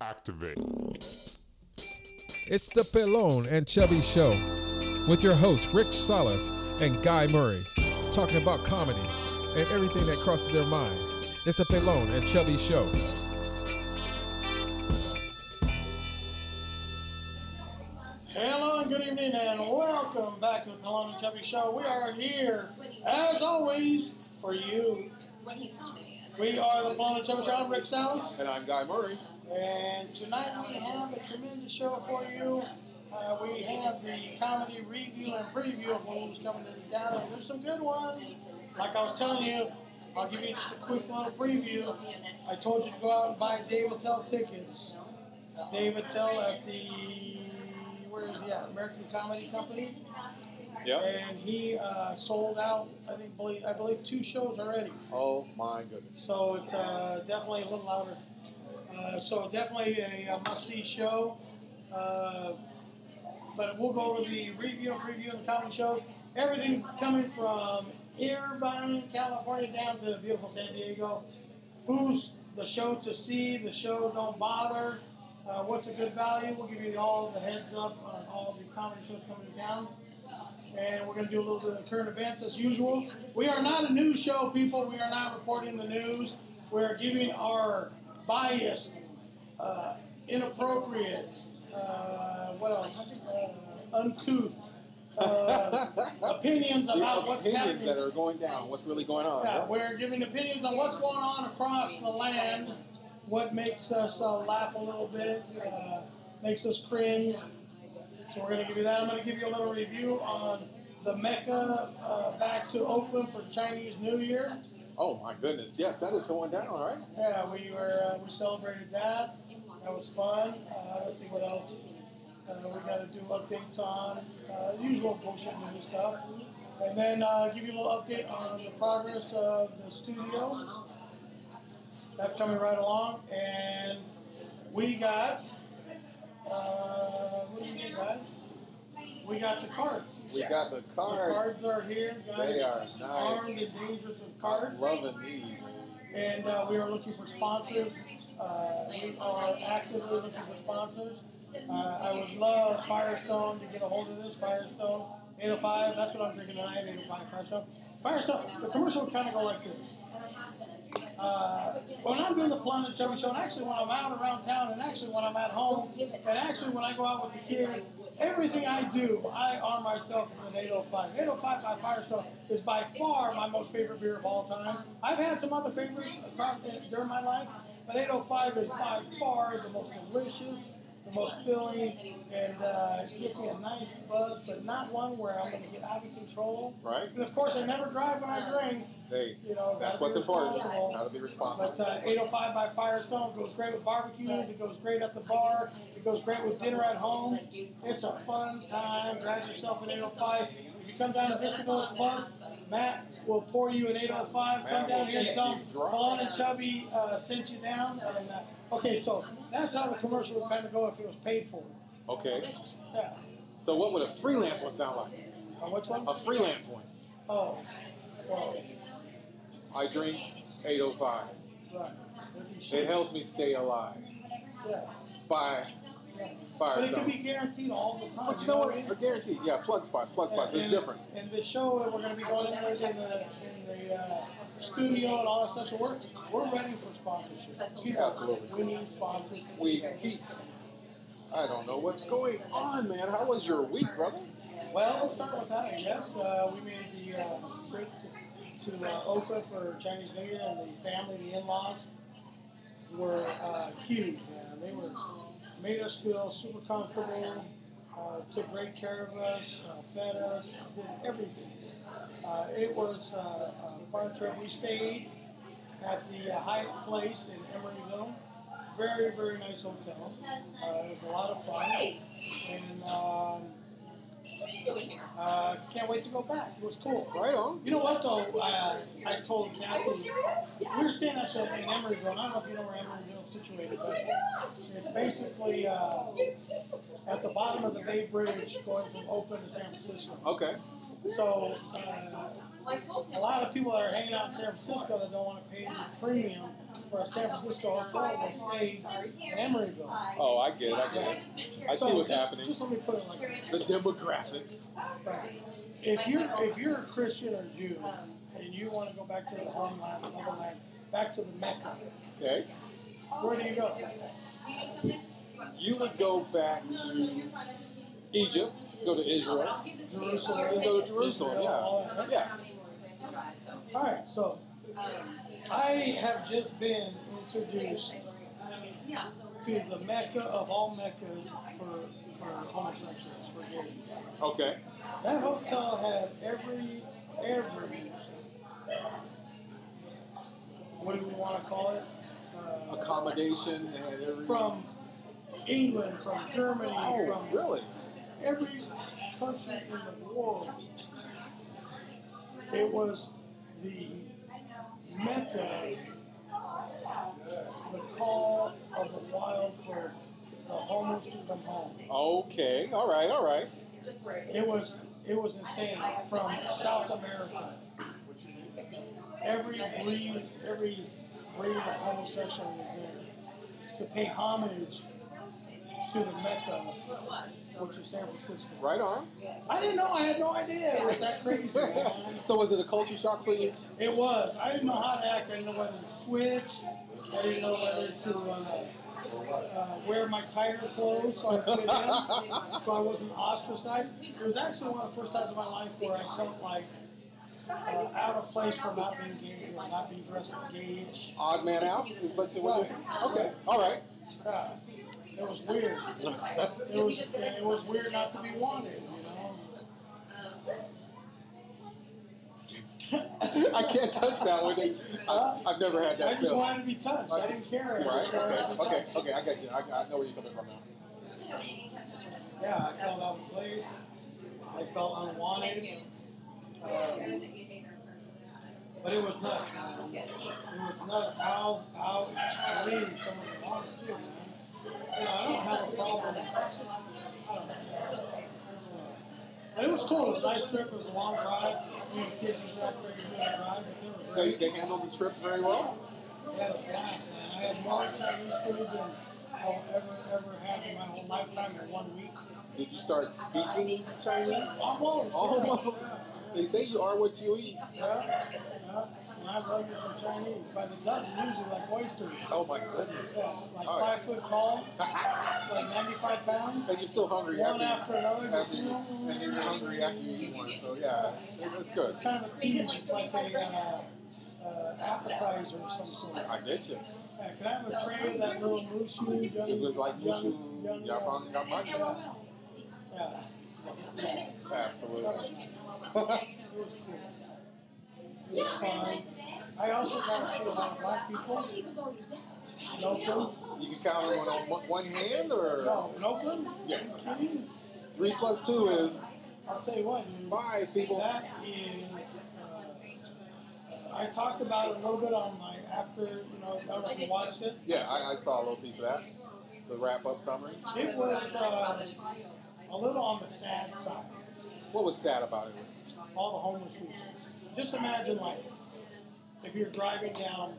Activate. It's the Pelone and Chubby Show with your hosts, Rick Salas and Guy Murray, talking about comedy and everything that crosses their mind. It's the Pelone and Chubby Show. Hello and good evening and welcome back to the Pelone and Chubby Show. We are here, as always, for you. when he saw me. And We are the Pelone and Chubby Show. I'm Rick Salas. And I'm Guy Murray. And tonight we have a tremendous show for you. Uh, we have the comedy review and preview of who's coming to town. And there's some good ones. Like I was telling you, I'll give you just a quick little preview. I told you to go out and buy Dave Attell tickets. Dave Attell at the, where is he at? American Comedy Company. Yep. And he uh, sold out, I think, believe, I believe two shows already. Oh my goodness. So it's uh, definitely a little louder. Uh, so definitely a, a must-see show. Uh, but we'll go over the review and preview and the comedy shows. Everything coming from Irvine, California, down to beautiful San Diego. Who's the show to see? The show don't bother. Uh, what's a good value? We'll give you all the heads up on all the comedy shows coming to town. And we're going to do a little bit of current events as usual. We are not a news show, people. We are not reporting the news. We are giving our biased, uh, inappropriate, uh, what else? Uh, uncouth uh, opinions Your about what's opinions happening. that are going down, what's really going on. Yeah, huh? we're giving opinions on what's going on across the land, what makes us uh, laugh a little bit, uh, makes us cringe. So we're going to give you that. I'm going to give you a little review on the Mecca uh, back to Oakland for Chinese New Year. Oh my goodness. Yes, that is going down, right? Yeah, we were uh, we celebrated that. That was fun. Uh, let's see what else uh, we got to do updates on. Uh, usual bullshit news stuff. And then uh, give you a little update on the progress of the studio. That's coming right along. And we got. Uh, what do we got? We got the cards. We got the The cards. cards are here, guys. They are nice. Armed and dangerous with cards Loving these. man. and uh, we are looking for sponsors. Uh, we are actively looking for sponsors. Uh, I would love Firestone to get a hold of this. Firestone 805, that's what I'm drinking tonight, 805 Firestone. Firestone, the commercial would kind of go like this. Uh, when I'm doing the Planet Chubby Show, and actually when I'm out around town, and actually when I'm at home, and actually when I go out with the kids, everything I do, I arm myself with an 805. 805 by Firestone is by far my most favorite beer of all time. I've had some other favorites across, uh, during my life, but 805 is by far the most delicious, the most filling, and uh, gives me a nice buzz, but not one where I'm going to get out of control. Right? And of course, I never drive when I drink. Hey, You know, that's gotta what's be important. responsible. How to be responsible. But uh, 805 by Firestone goes great with barbecues. It goes great at the bar. It goes great with dinner at home. It's a fun time. Grab yourself an 805. If you come down to Vista Village Pub, Matt will pour you an 805. come Matt down will here and get tell you him drunk. Malone and Chubby uh, sent you down. And uh, okay, so that's how the commercial would kind of go if it was paid for. Okay. Yeah. So what would a freelance one sound like? Uh, which one? A freelance one. Oh, well, I drink 805. right. That'd be It shit. helps me stay alive. Yeah. By yeah. But it can Firestone. be guaranteed all the time. But you know I what? mean? A guaranteed. Yeah, plug spots, plug spots. It's And- different. And the show that we're going to be going in there in the, in the uh, studio and all that stuff. So we're we're ready for sponsorship. People, Absolutely. we need sponsors. We peaked. I don't know what's going on, man. How was your week, brother? Well, let's start with that. I guess uh, we made the uh, trip to, to uh, Oakland for Chinese New Year, and the family, the in-laws, were uh, huge, man. They were made us feel super comfortable. Uh, took great care of us, uh, fed us, did everything. Uh, it was uh, a fun trip. We stayed at the uh, Hyatt Place in Emeryville. Very, very nice hotel. Uh, it was a lot of fun. And um, uh, can't wait to go back. It was cool. Right on. You know what though? Uh, I told Kathy we were staying at the in Emeryville. and I don't know if you know where Emeryville is situated, but it's, it's basically uh, at the bottom of the Bay Bridge, going from Oakland to San Francisco. Okay. So uh, a lot of people that are hanging out in San Francisco that don't want to pay the premium for a San Francisco hotel they stay in Emeryville. Oh, I get it. I get it. I so see what's just, happening. Just let me put it like this. The demographics. Right. If you're if you're a Christian or Jew and you want to go back to the homeland, motherland, back to the Mecca, Okay. where do you go? You would go back to Egypt, go to Israel, Jerusalem. and go to Jerusalem. Yeah. All that. Yeah. All right. So I have just been introduced to the Mecca of all Meccas for for homosexuals, for gays. Okay. That hotel had every every what do we want to call it? Uh, Accommodation and everything. from England, from Germany, Oh, from really? every country in the world. It was the mecca, the call of the wild for the homeless to come home. Okay. All right. All right. It was it was insane from South America. Every breed, every breed of homosexual was there to pay homage to the Mecca, which is San Francisco. Right on. I didn't know. I had no idea. It was that crazy. man. so was it a culture shock for you? it was. I didn't know how to act. I didn't know whether to switch. I didn't know whether to uh, uh, wear my tighter clothes so I fit in. so I wasn't ostracized. It was actually one of the first times in my life where I felt like uh, out of place for not being gay or not being dressed gay-ish. Odd man out is what you would do. Okay. All right. Yeah, it was weird. It was it was weird not to be wanted, you know. I can't touch that one. I, I've never had I that. just feel. wanted to be touched. I didn't care. I Right. just wanted Okay. to be Okay. touched. Okay. I got you. I, I know where you're coming from now. Yeah, I felt out of place. I felt unwanted. Um, but it was nuts, man. It was nuts how how extreme some of the water too, man. You know, I don't have a problem. I don't know. It's, uh, It was cool. It was a nice trip. It was a long drive. Me and kids was that crazy on the drive, but they They, were they great. handled the trip very well. We had a blast, man. I had more Chinese food than I'll ever ever have in my whole lifetime in one week. Did you start speaking Chinese? Almost. Oh. Almost. They say you are what you eat. Yeah. Yeah. And I love me some Chinese by the dozen, usually like oysters. Oh my goodness. Yeah, like All five right. foot tall, like 95 pounds. And you're still hungry One after after, another, just- after you, and then you're hungry after you eat one. So yeah, it- it's good. It's kind of a tease. It's like a uh, uh, appetizer of some sort. I get you. Yeah, can I have a tray of that little mushu? Young, It was like mushu, young, young, uh, yapang, yapang. yeah, Absolutely. it was cool. It was fun. I also got to see a lot of black people in Oakland. You can count it on one, one hand or So in Oakland, Yeah. Are you kidding? three plus two is I'll tell you what, dude. five people. That is. Uh, I talked about it a little bit on my after, you know, I don't know if you watched it. Yeah, I, I saw a little piece of that. The wrap up summary. It was uh, a little on the sad side. What was sad about it was All the homeless people. Just imagine, like, if you're driving down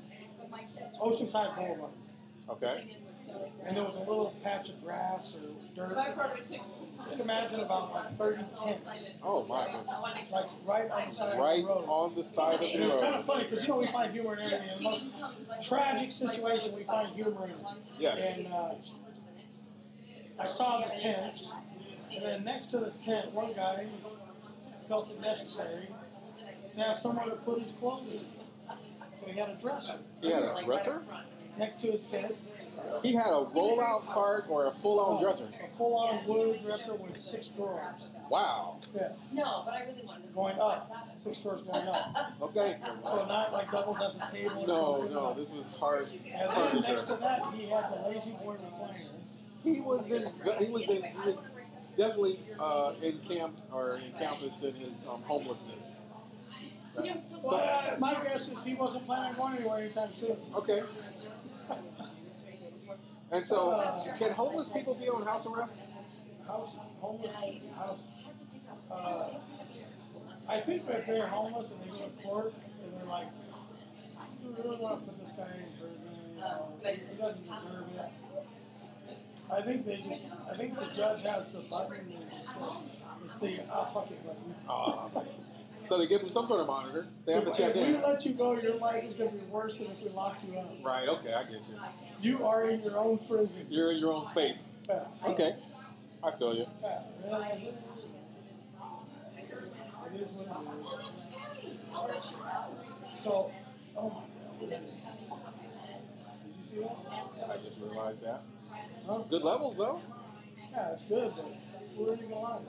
Oceanside Boulevard okay. and there was a little patch of grass or My dirt. brother took. Just imagine about like 30 tents, Oh my goodness. like right on the side Right of the road. on the side of And it the was kind of road. funny because you know we find humor in everything. In the uh, most tragic situation, we find humor in it. Yes. And uh, I saw the tents, and then next to the tent, one guy felt it necessary to have somewhere to put his clothes in. So he had a dresser He had a dresser. next to his tent, He had a roll-out cart or a full-on Oh, dresser. a full-on wood dresser with six drawers. Wow. Yes, No, but I really wanted to. going up, six drawers going up. Okay. So not like doubles as a table. Or No, something. no, this was hard. And then next to that, he had the lazy boy recliner. He was in. He was in. He was definitely uh, encamped or encompassed in his um, homelessness. You know, it's so Well, uh, my guess is he wasn't planning on going anywhere anytime soon. Okay. And so, can homeless people be on house arrest? House, homeless people, house. Uh, I think if they're homeless and they go to court and they're like, we really want to put this guy in prison, you know, he doesn't deserve it. I think they just, I think the judge has the button and it just says, this thing, I'll fuck it button. Oh, okay. So they give them some sort of monitor. They have to if, check if we in. let you go, your life is going to be worse than if we locked you up. Right. Okay, I get you. You are in your own prison. You're in your own space. Yeah, so- Okay, I feel you. yeah, yeah, it is what it Oh, is. So, oh my god, did you see that? I just realized that. Huh? Good levels though. Yeah, it's good, but where are you gonna lie?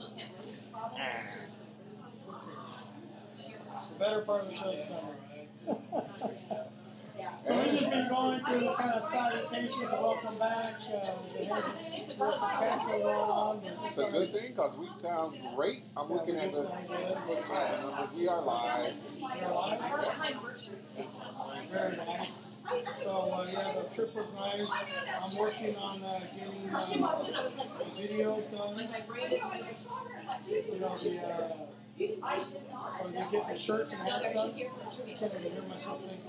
The better part of the show's coming. so we've just been going through kind of salutations and welcome back. Uh, the heads of versus capital going on. but It's a good thing because we sound great. I'm looking at this. We are live. We're live. Very nice. So uh, yeah, the trip was nice. I'm working on uh, getting uh, She walked in, I was like, what is she? videos done. Like, my brain is like, You know, the, uh, or you get the shirts and all no, that there, she's stuff. here for I Jimmy. can't even hear myself think.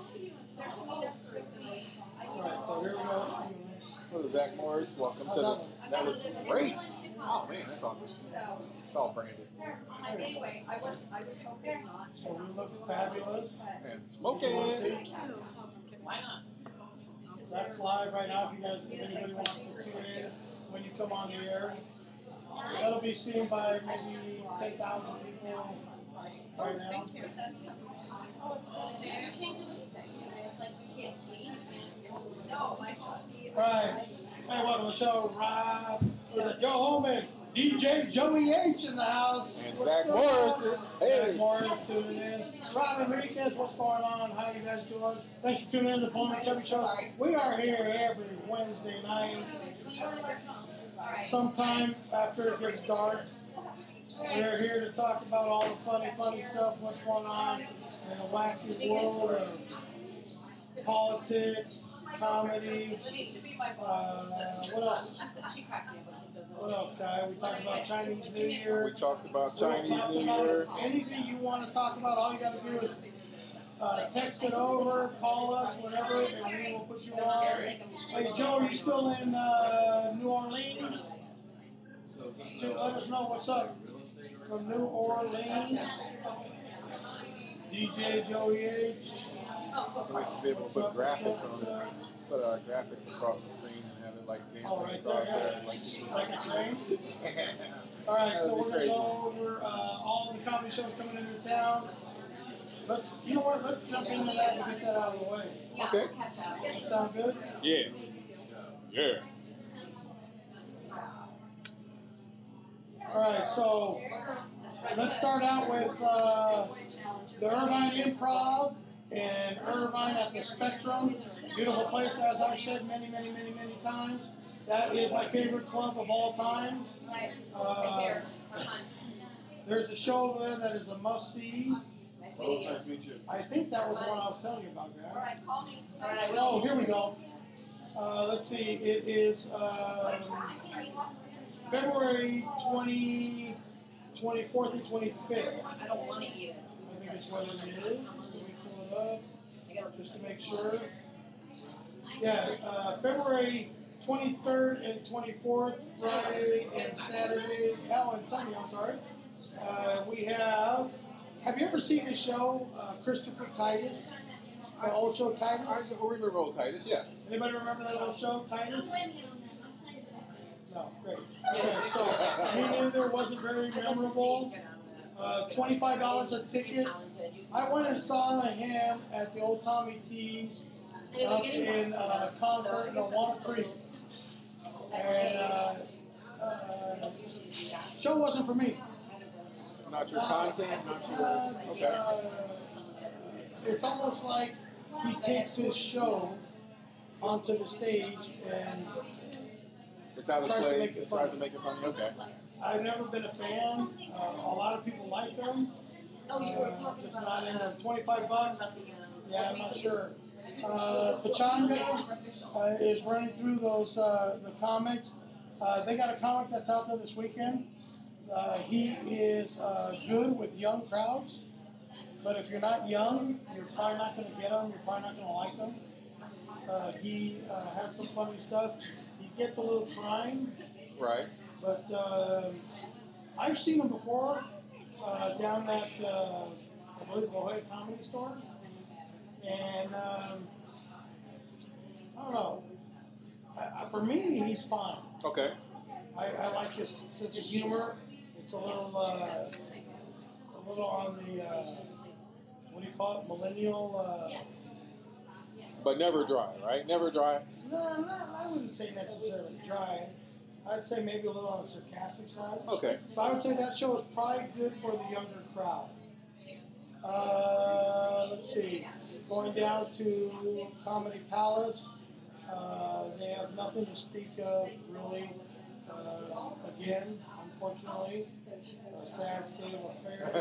Alright, so here we go. Hello, Zach Morris. Welcome to How's that the. one? That looks great. Oh man, that's awesome. It's all branded Anyway, I was, I was hoping not. So we look fabulous. and smoking. Why not? That's live right now. If you guys, if anybody wants to tune in when you come on the air, that'll be seen by maybe ten thousand people right now. You came to the thing, and it's like, you can't sleep. No, my trustee. Right. Hey, welcome to the show, Rob. Was it Joe Holman, DJ Joey H in the house, And What's Zach up? Morris. Zach Hey. Morris tuning in. Rob Enriquez, what's going on? How you guys doing? Thanks for tuning in to the Bowman Chubby Show. We are here every Wednesday night, sometime after it gets dark. We're here to talk about all the funny, funny stuff, what's going on in the wacky world of politics, comedy. She used to be my boss. Uh, what else? She cracks me up when she says that. What else, guy? We talked about Chinese New Year. We talked about We talked Chinese New Year. about Anything you want to talk about, all you got to do is uh, text it over, call us, whatever, and we will put you on. Hey, Joe, are you still in uh, New Orleans? Dude, let us know what's up from New Orleans. DJ Joey H. So we should be able What's to put up? What's up? graphics What's on up? it. Put uh, graphics across the screen and have it like Oh, dancing right there, across there. yeah. Like, Like a train. All right, That so we're would be gonna crazy. go over uh, all the comedy shows coming into town. Let's, you know what? Let's jump into that and get that out of the way. Okay. Catch up. Does that sound good? yeah. Yeah. All right, so let's start out with uh, the Irvine Improv in Irvine at the Spectrum. Beautiful place, as I've said many, many, many, many times. That is my favorite club of all time. Right. Uh, Take care. Uh-huh. There's a show over there that is a must see. Nice meeting you. nice to meet you. I think that was the one I was telling you about, guys. All right, call me. All right, I will. Oh, here we go. Uh, let's see. It is um, February 20, 24th and 25th. I I don't want to eat it. think it's what it is. Let me pull it up I gotta just to make sure. Yeah, uh, February 23rd and 24th, Friday and Saturday. Oh, and Sunday, I'm sorry. Uh, we have. Have you ever seen a show, uh, Christopher Titus? The old show Titus? I do remember old Titus, yes. Anybody remember that old show, Titans? No, great. Okay, so me neither wasn't very I'd like to see memorable. you get on that. Uh, twenty-five dollars a You're ticket. talented. You- I went and saw him at the old Tommy T's, Anyway, up getting in, back to uh, that, Concord, so I guess no, that's Walnut the Creek. little- and uh, uh, Don't usually do that. show wasn't for me. Kind of goes on. Not your Uh, content, not uh, your. Okay. uh, it's almost like he takes his show onto the stage, and It's out of tries to place. make it It tries to make it funny. Okay. I've never been a fan. Uh, a lot of people like him. Oh, you were Uh, talking just about, not in uh, them. Twenty-five bucks. about the, um, Yeah, what I'm we not think sure. is- Uh, Pachanga, Superficial. uh, is running through those uh, the comics. Uh, they got a comic that's out there this weekend Uh, he is uh, good with young crowds, but if you're not young, you're probably not going to get him. You're probably not going to like him. Uh, he uh, has some funny stuff. He gets a little trying, Right. but uh, I've seen him before uh, down at uh, I believe La Jolla Comedy Store, and um, I don't know. I, I, for me, he's fine. Okay. I, I like his sense of humor. It's a little, uh, a little on the, uh, what do you call it, millennial? Uh, But never dry, right? Never dry. no, not, I wouldn't say necessarily dry. I'd say maybe a little on the sarcastic side. Okay. So I would say that show is probably good for the younger crowd. Uh, let's see, going down to Comedy Palace, uh, they have nothing to speak of really. Uh, again, unfortunately, a sad state of affairs.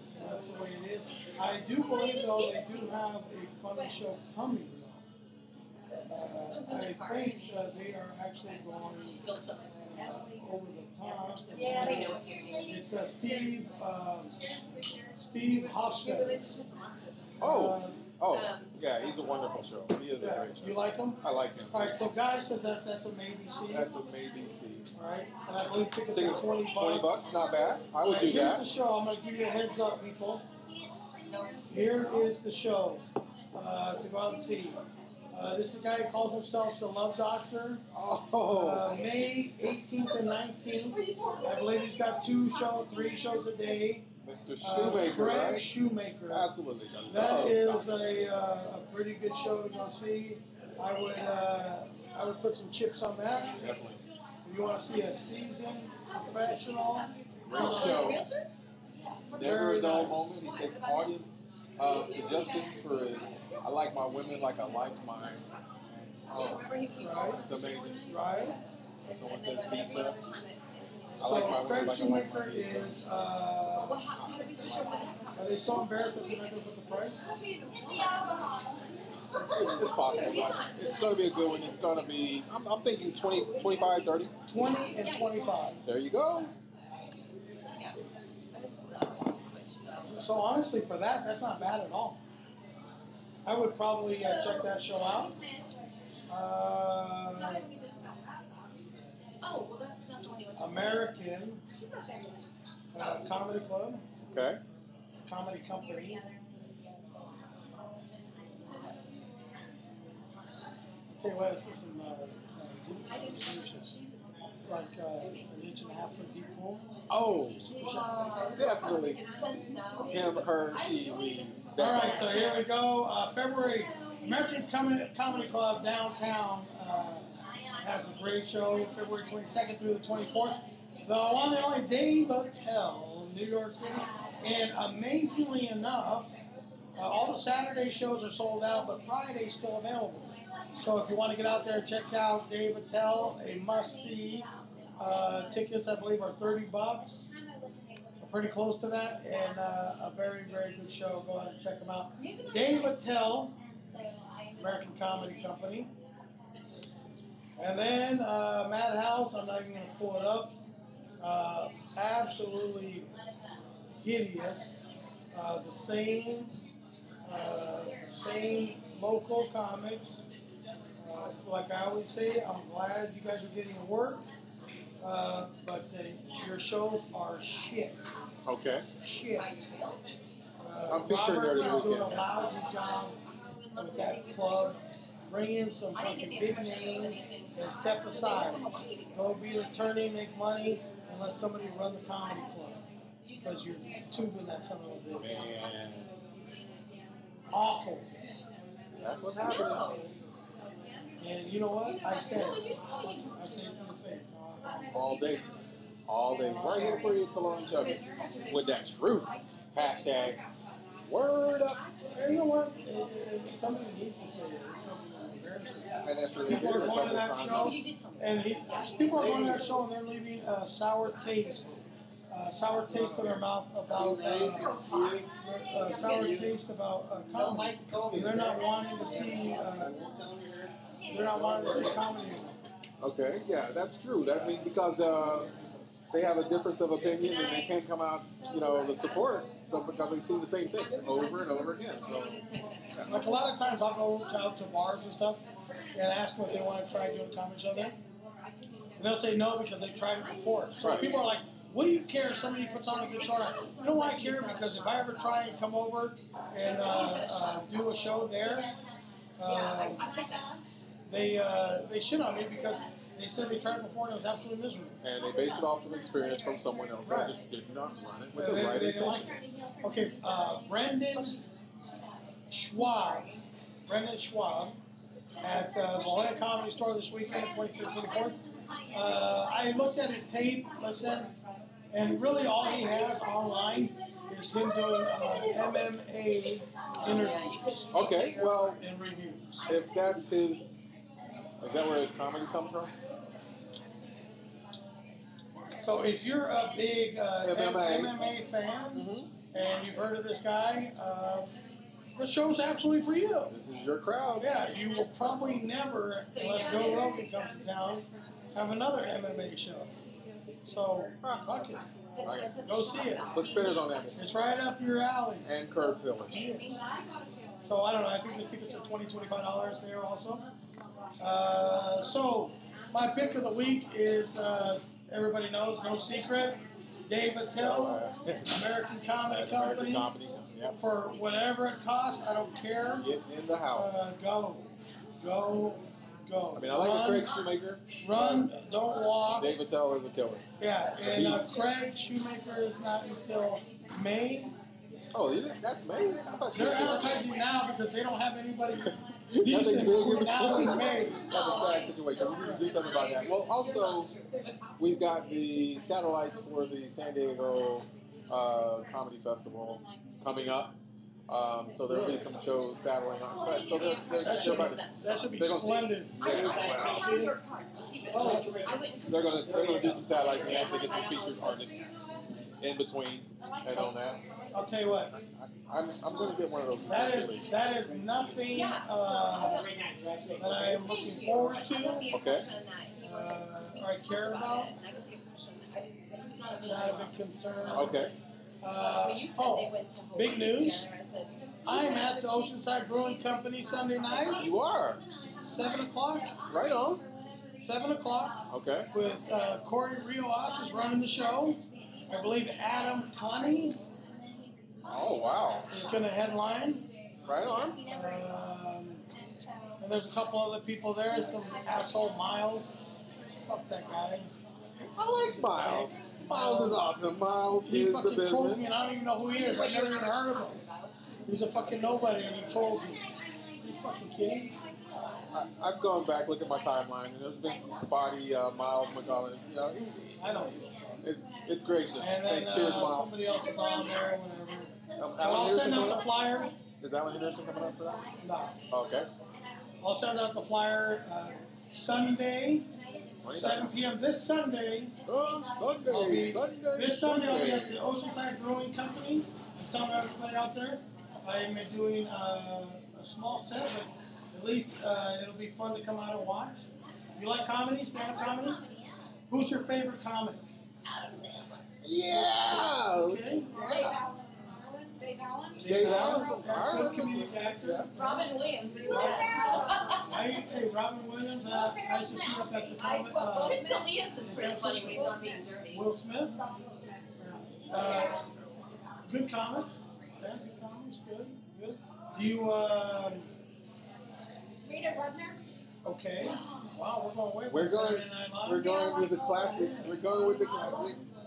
So That's the way it is. I do believe though they do have a funny show coming though. Uh, I think uh, they are actually going Spilled something. uh, over the top. Yeah, We know what you're doing. It's uh, Steve, um, Steve Your Hofstadter. relationship's a monster business. Oh. Uh, oh, Um, yeah, he's a wonderful show. He is yeah, a great you show. like him? I like him. All right, so Guy says that that's a maybe C. All That's a maybe C. right, and I believe tickets Ticket- are twenty bucks. Twenty bucks, not bad. I would All right, do here's that. the show. I'm gonna give you a heads up, people. Here is the show uh, to go out and see. Uh, this is a guy who calls himself the Love Doctor. Oh, Uh, May 18th and 19th. I believe he's got two shows, three shows a day. Mr. Uh, Shoemaker, Craig right? Shoemaker. Absolutely. Oh, I That love is a, uh, a pretty good show to go see. I would uh, I would put some chips on that. Definitely. If you want to see a seasoned professional, Great Oh, show. a realtor? Never Very a dull nice. moment. He takes audience uh, suggestions for his. I like my women like I like mine. Oh, Remember he- he- Right. it's amazing. right? Someone says Every pizza. other time it- it's- I like my So women Craig like I like Shoemaker mine. is. Uh, Well, how, how did we switch over to that are they so embarrassed that they're not going to put the price? It's possible. He's not. It's going to be a good one. It's going to be, I'm, I'm thinking 20, 25, 30. 20 and 25. There you go. I just put it up and we switched, so. So honestly, for that, that's not bad at all. I would probably uh, check that show out. Uh, Oh, well, that's not the one you went to. American uh, Comedy Club, Okay. Comedy Company. I tell you what, this is some uh, uh, deep conversation. Like uh, an inch and a half foot deep pool. Oh, Wow. Definitely. It's sense now. him, her, she, we. That's All right, so here we go. Uh, February, American Comedy, Comedy Club downtown uh, has a great show February 22nd through the 24th. The one and only Dave Attell, New York City. And amazingly enough, uh, all the Saturday shows are sold out, but Friday's still available. So if you want to get out there and check out Dave Attell, a must see. Uh, tickets, I believe, are 30 bucks. We're pretty close to that, and uh, a very, very good show. Go out and check them out. Dave Attell, American Comedy Company. And then uh, Madhouse, I'm not even going to pull it up. Uh, absolutely hideous. Uh, the same, uh, same local comics. Uh, like I always say, I'm glad you guys are getting work, uh, but uh, your shows are shit. Okay. Shit. By trail. Uh, I'm featuring her Robert this is doing a weekend. lousy job with that club. Bring in some I didn't fucking get the big impression it was names anything. and step aside. Go be an attorney, make money, and let somebody run the comedy club because you're tubing that son of a bitch. Man, Awful. that's what happened. No. And you know what? I said No, it. you told me. I said it to the face. All day. All day. Right here for you, Cologne Chubby. With that truth. Hashtag word up. And you know what? It- it- Somebody needs to say it. It's embarrassing. And that's really People good. are going to that show. Oh, You did tell me. And he, people are going to that show and they're leaving a sour taste, uh, sour taste in their mouth about uh, uh, sour taste about uh, comedy. They're not wanting to see. Uh, they're not wanting to see comedy. anymore. Okay, yeah, that's true. That mean because uh, they have a difference of opinion and they can't come out, you know, to support. So because they see the same thing over and over again. So Like a lot of times, I'll go out to bars and stuff and ask them if they want to try doing comedy show there. And they'll say no because they've tried it before. So Right. people are like, what do you care if somebody puts on a good show? or not?" You know why I care? Because if I ever try and come over and uh, uh, do a show there, uh, they uh, they shit on me because they said they tried it before and it was absolutely miserable. and they base it off of experience from someone else that Right. just did not run it with They- the they- right they didn't like intention. it. Okay, uh, Brendan Schwab, Brendan Schwab, at uh, the Atlanta Comedy Store this weekend, 23rd, 24th. Uh, I looked at his tape, listened, and really all he has online is him doing uh, MMA Oh, interviews Okay, well, and reviews. if that's his, is that where his comedy comes from? So if you're a big uh, MMA. MMA fan Mm-hmm. and you've heard of this guy, uh, the show's absolutely for you. This is your crowd. Yeah, you will probably never, unless Joe Rogan comes to town, have another MMA show. So, ah, fuck it. Go see it. Let's finish on that It's right up your alley. and curb fillers. Yes. So, I don't know. I think the tickets are $20, $25 there also. Uh, so, my pick of the week is uh, everybody knows, no secret. Dave Attell, American Comedy Company. American Comedy. Yep. For whatever it costs, I don't care. Get in the house. Uh, go. Go. Go. I mean, I like Run. the Craig Shoemaker. Run, don't walk. Dave Attell is a killer. Yeah, and uh, Beast. Craig Shoemaker is not until May. Oh, is it? That's May. I thought you They're were- advertising now because they don't have anybody Nothing decent big in between now between. and May. That's a sad situation. We need to do something about that. Well, also, we've got the satellites for the San Diego uh, Comedy Festival coming up. Um, so there'll be some shows saddling on site. So they're, they're, That they're, should be, about to- that should be They don't- splendid. Oh, yeah, Oh. they're gonna they're gonna do some satellites and actually get some featured artists in between and on that. I'll tell you what, I'm, I'm gonna get one of those. that is actually. that is nothing uh, that I am looking forward to. okay. Uh, or I care about. Not a big concern. Okay. Uh, oh, big news. I'm at the Oceanside Brewing Company Sunday night, You are seven o'clock. right on. Seven o'clock. Okay. with uh, Corey Rios is running the show. I believe Adam Connie Oh wow. is going to headline. Right on. Um, and there's a couple other people there. Some asshole Miles. Fuck that guy. I like Miles. Miles is awesome. Miles He is the fucking trolls business. me, and I don't even know who he is. I've never even heard of him. He's a fucking nobody, and he trolls me. you fucking kidding? me? I, I've gone back, look at my timeline, and there's been some spotty uh, Miles McGowan. You know, he's, I don't. give a fuck. it's it's gracious. And then Thanks. Cheers, uh, Miles. somebody else is on there. Whatever. Um, And I'll Alan Henderson send out coming the Oh, up? flyer. Is Alan Henderson coming up for that? No, Okay. I'll send out the flyer uh, Sunday. 7 p.m. this Sunday. Oh, Sunday, I'll be- Sunday, This Sunday I'll be at the Oceanside Brewing Company. I'm telling everybody out there, I am doing uh, a small set, but at least uh, it'll be fun to come out and watch. You like comedy, stand-up comedy? Who's your favorite comic? Yeah. Okay. Yeah. Dave Dave Allen, Allen. good comedic actor. Yes. Robin Williams, but he's I hey Robin Williams. Uh, nice to see you up at the comic. Uh, Chris D'Elia's is pretty funny when he's not being dirty. Will Smith. Uh, good comics. Yeah, good comics. Good, good. Do you, um, Rita Rudner? okay. Wow, we're going way back We're going- Saturday Night Live. We're going with the classics. We're going with the classics.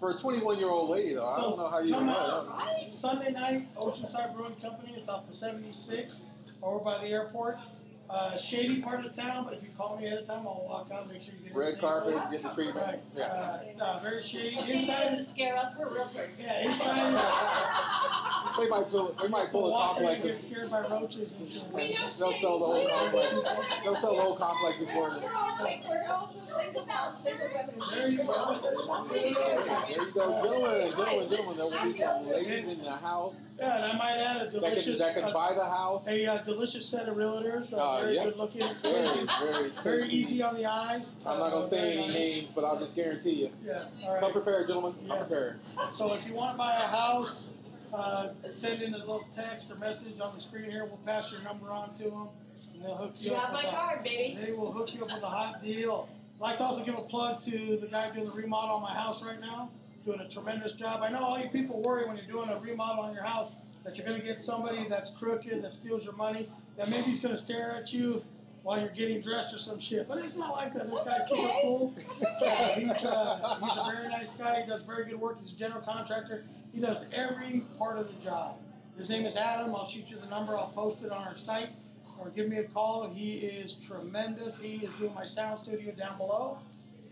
For a 21 year old lady, though, I So, don't know how you come even know. out. that. Sunday night, Oceanside Brewing Company. It's off the 76 over by the airport. Uh, shady part of town, but if you call me ahead of time, I'll walk out. Make sure you get in Red safe. carpet, get the treatment. Right. Yeah. Uh, uh, very shady. She doesn't Inside, scare us, we're realtors. yeah, inside. they might pull. They might pull a walk in and complex. Get scared by roaches and shit. They'll sell the whole complex. They'll sell the whole complex before. We're also, we're also single about single women. There you go. There you go, gentlemen, gentlemen, gentlemen. There will be some ladies in the house Yeah, and I might add a that can delicious, that can a, buy the house. a, uh, delicious set of realtors. Uh, Oh, Uh, very yes. good looking, Very, very, very tasty. easy on the eyes. I'm not uh, gonna say very any nice. names, but I'll just guarantee you. Yes, all Come right. prepared, gentlemen. Come Yes. prepared. So if you want to buy a house, uh, send in a little text or message on the screen here. We'll pass your number on to them, and they'll hook you You up. have my with a- card, baby. They will hook you up with a hot deal. I'd like to also give a plug to the guy doing the remodel on my house right now, doing a tremendous job. I know all you people worry when you're doing a remodel on your house that you're going to get somebody that's crooked, that steals your money, that maybe is going to stare at you while you're getting dressed or some shit. But it's not like that. This guy's That's super okay. cool. That's Uh, okay. he's, uh, he's a very nice guy. He does very good work. He's a general contractor. He does every part of the job. His name is Adam. I'll shoot you the number. I'll post it on our site or give me a call. He is tremendous. He is doing my sound studio down below,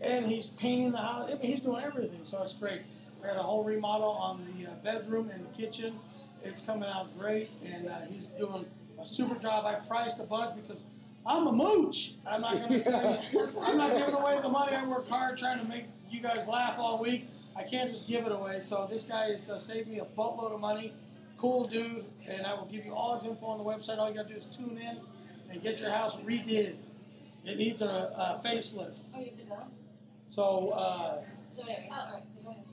and he's painting the house. I mean, he's doing everything, so it's great. I got a whole remodel on the uh, bedroom and the kitchen. It's coming out great, and uh, he's doing a super job. I priced a bunch because I'm a mooch. I'm not going to tell you. I'm not giving away the money. I work hard trying to make you guys laugh all week. I can't just give it away. So this guy has uh, saved me a boatload of money. Cool dude, and I will give you all his info on the website. All you gotta do is tune in and get your house redid. It needs a, a facelift. Oh, you have to go? So uh, So anyway, alright, so go ahead.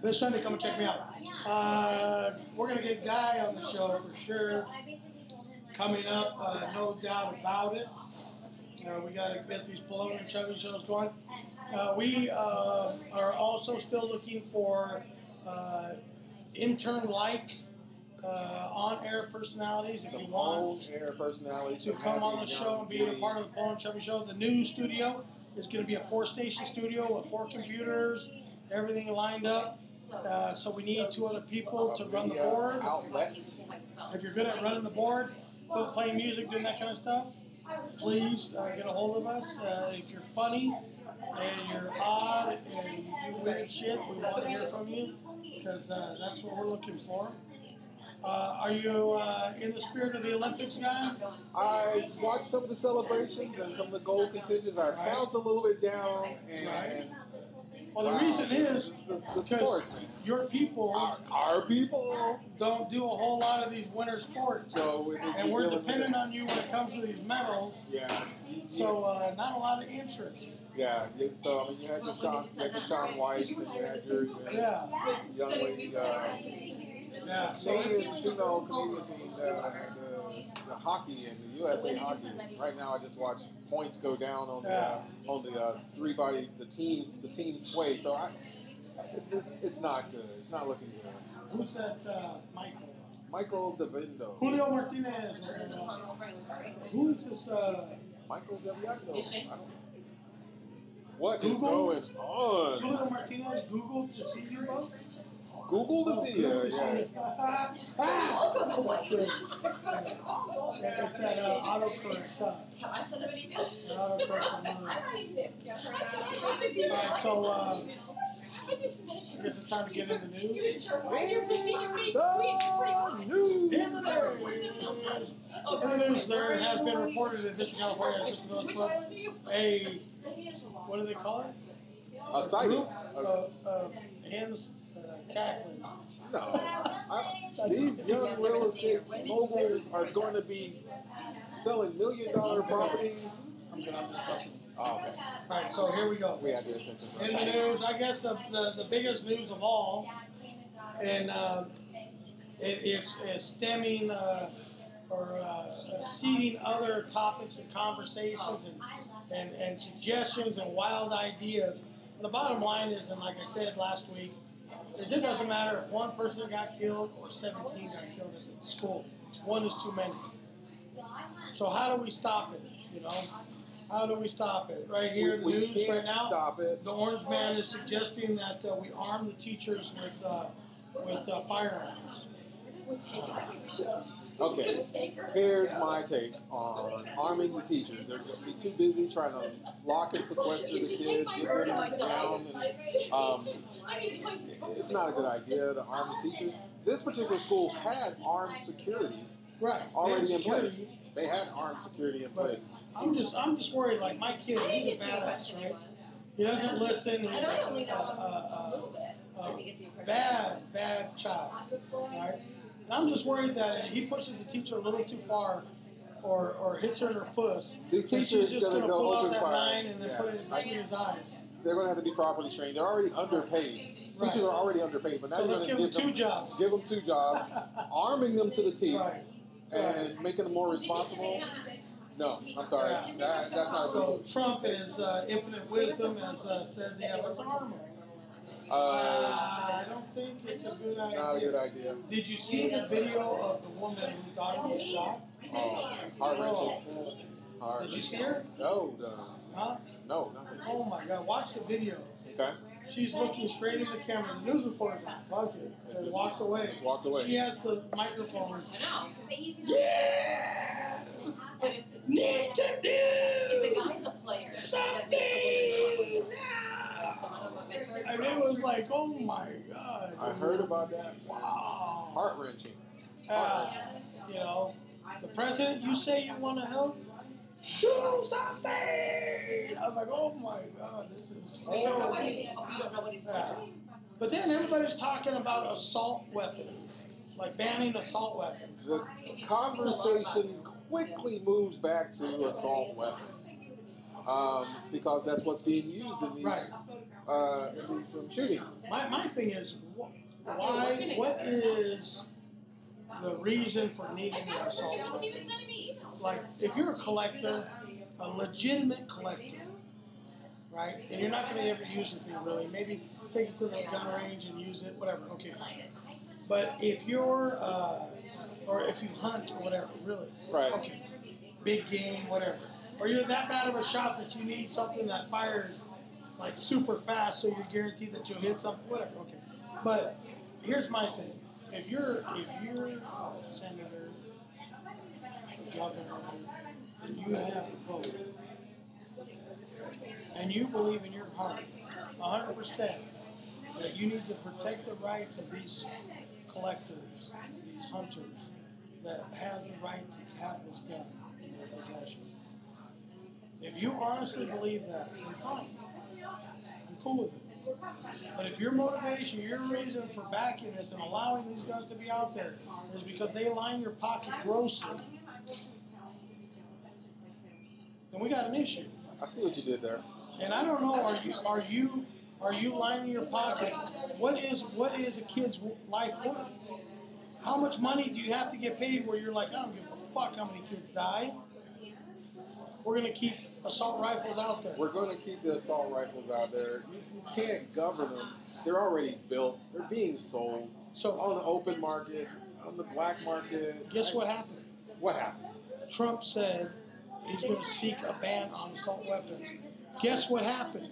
this Sunday, come and check me out. Uh, we're gonna get Guy on the show for sure. Coming up, uh, no doubt about it. Uh, we gotta get these Palone and Chubby shows going. Uh, we uh, are also still looking for uh, intern-like uh, on-air personalities if Some you old want air personality to come on the show and be a part of the Palone and Chubby show. The new studio is gonna be a four-station studio with four computers, everything lined up. Uh, so we need two other people to run the board. uh, outlet. If you're good at running the board, put- playing music, doing that kind of stuff, please uh, get a hold of us. Uh, if you're funny and you're odd and you do weird shit, we want to hear from you because uh, that's what we're looking for. Uh, are you uh, in the spirit of the Olympics, guy? I watched some of the celebrations and some of the goal contingents. Our Right. counts a little bit down, and Right. Well, the wow, reason is the, the because- sports, man. your people Our, our people. don't do a whole lot of these winter sports, So we- and we're dealing with dependent it. on you when it comes to these medals. Yeah. So uh, not a lot of interest. Yeah. you- So I mean, you had your Sean, you had your Sean White, and you had your your Yeah. young lady. Uh, Yeah. So Canadian it's female Canadian team, the, the, the hockey and the USA hockey. Right now, I just watched points go down on the uh, on the uh, three body the teams the team sway. So I, this it's not good. It's not looking good. who's that? Uh, Michael. Michael Davindo. Julio Martinez. was in the- Who is this? Uh, Michael Davindo. Is she? I don't- What is Google? going on? Julio Martinez Google to see you both? Google to Oh, see Google you. to Yeah. see you. Ah, ah, that's good. Yeah, it's that uh, autocorrect. Uh, I sent him an email. that autocorrect on mine. I'm not even there. I'm sure I Alright, so uh, I just mentioned. I guess it's time to get in the You news. sure why you're being your big The In news. the news. In the news, there has been reported in Vista, California, Vista Village, Which Park, island are you? a what do they call it? A sighting. Uh, uh, hens uh, cackling. No. I- These young real estate moguls are going to be selling million dollar properties. I'm gonna just fucking. Oh, okay. All right, so here we go. We had the attention. for a In the second. news, I guess the, the, the biggest news of all, and um, it is, is stemming uh, or uh, seeding other topics and conversations and, and, and suggestions and wild ideas. The bottom line is, and like I said last week, is it doesn't matter if one person got killed or 17 got killed at the school. One is too many. So how do we stop it? You know, how do we stop it? Right here in the We- we news can't right now. Stop it. The orange man is suggesting that uh, we arm the teachers with uh, with uh, firearms. We'll take her. I think we should. We're just Okay. gonna take her. Here's my take on arming the teachers. They're going to be too busy trying to lock and sequester the Did kids, you get take my bird? Oh, rid of them I down. died. and- Um, I need to play some. it's not a good idea to arm the teachers. This particular school had armed security Right. already in Security. place. They had armed security in place. I'm just I'm just worried. Like my kid, I he's a didn't get the badass, impression he right? was. He doesn't listen. He's And I only a, know him a a, little bit. a, I a, didn't get the impression. bad bad child, right? And I'm just worried that he pushes the teacher a little too far or, or hits her in her puss. The And teacher she's is just going going to to go pull out open that fire. line and then Yeah. put it in I- between his eyes. They're going to have to be properly trained. They're already underpaid. Right. Teachers are already underpaid, but now So you're let's going to give them give two them jobs. give them two jobs, arming them to the teeth Right. and making them more responsible. No, I'm sorry, Yeah. that, that's not So so. Trump is uh, infinite wisdom, as uh, said the other farmer. Uh, I don't think it's a good not a good idea. idea. Did you see the video of the woman whose daughter was shot? Oh, heart wrenching. Oh, Heart Did you see her? No, no, Huh? no, nothing. Oh my God! Watch the video. Okay, She's looking straight in the camera. The news reporter's like, "Fuck it," and walked away. just walked She away. has the microphone. I know. Yeah. But if the, Need to if the do guy's a player, that something. makes the now. woman And it was like, oh my God. I heard about that. Wow. Heart wrenching. Uh, you know, the president, you say you want to help? Do something! I was like, oh my God, this is We don't know what horrible. he's, we don't know what he's Yeah. doing. But then everybody's talking about assault weapons, like banning assault weapons. The conversation quickly moves back to assault weapons um, because that's what's being used in these Right. uh, these um, shootings. My, my thing is, wh- why, what is the reason for needing an assault weapon? Like, if you're a collector, a legitimate collector, right? And you're not going to ever use the thing really. Maybe take it to the gun range and use it, whatever. Okay, fine. But if you're, uh, or if you hunt or whatever, really, Right. okay, big game, whatever, or you're that bad of a shot that you need something that fires like super fast so you're guaranteed that you'll hit something, whatever. Okay. But here's my thing: if you're if you're a senator, a governor, and you have a vote, and you believe in your heart, hundred percent, that you need to protect the rights of these collectors, these hunters, that have the right to have this gun in their possession. If you honestly believe that, then fine. I'm cool with it. But if your motivation, your reason for backing this and allowing these guns to be out there is because they line your pocket grossly, then we got an issue. I see what you did there. And I don't know, are you are you are you lining your pockets? What is what is a kid's w- life worth? How much money do you have to get paid where you're like, I don't give a fuck how many kids die? We're gonna keep assault rifles out there. We're going to keep the assault rifles out there. You, you can't govern them. They're already built. They're being sold So on the open market, on the black market. guess what happened? What happened? Trump said he's going to seek a ban on assault weapons. Guess what happened?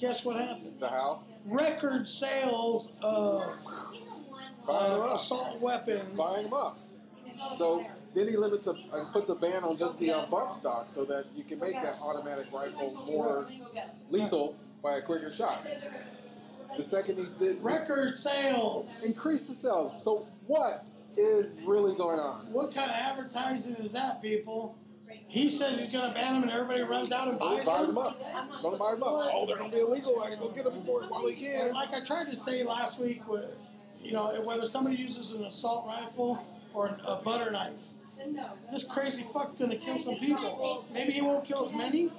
Guess what happened? The house Record sales of, buying them of up, assault weapons. buying them up. So then he limits a, and puts a ban on just the uh, bump stock so that you can make that automatic rifle more lethal by a quicker shot. The second he did Record sales. increase the sales. So what is really going on? What kind of advertising is that, people? He says he's going to ban them, and everybody runs out and Oh, he buys buys them. them up. I'm not Don't buy them up. Oh, they're gonna be illegal. I can go get them before while he And can. like I tried to say last week, wh- you know, whether somebody uses an assault rifle or a butter knife, this crazy fuck's going to kill some people. Maybe he won't kill as many,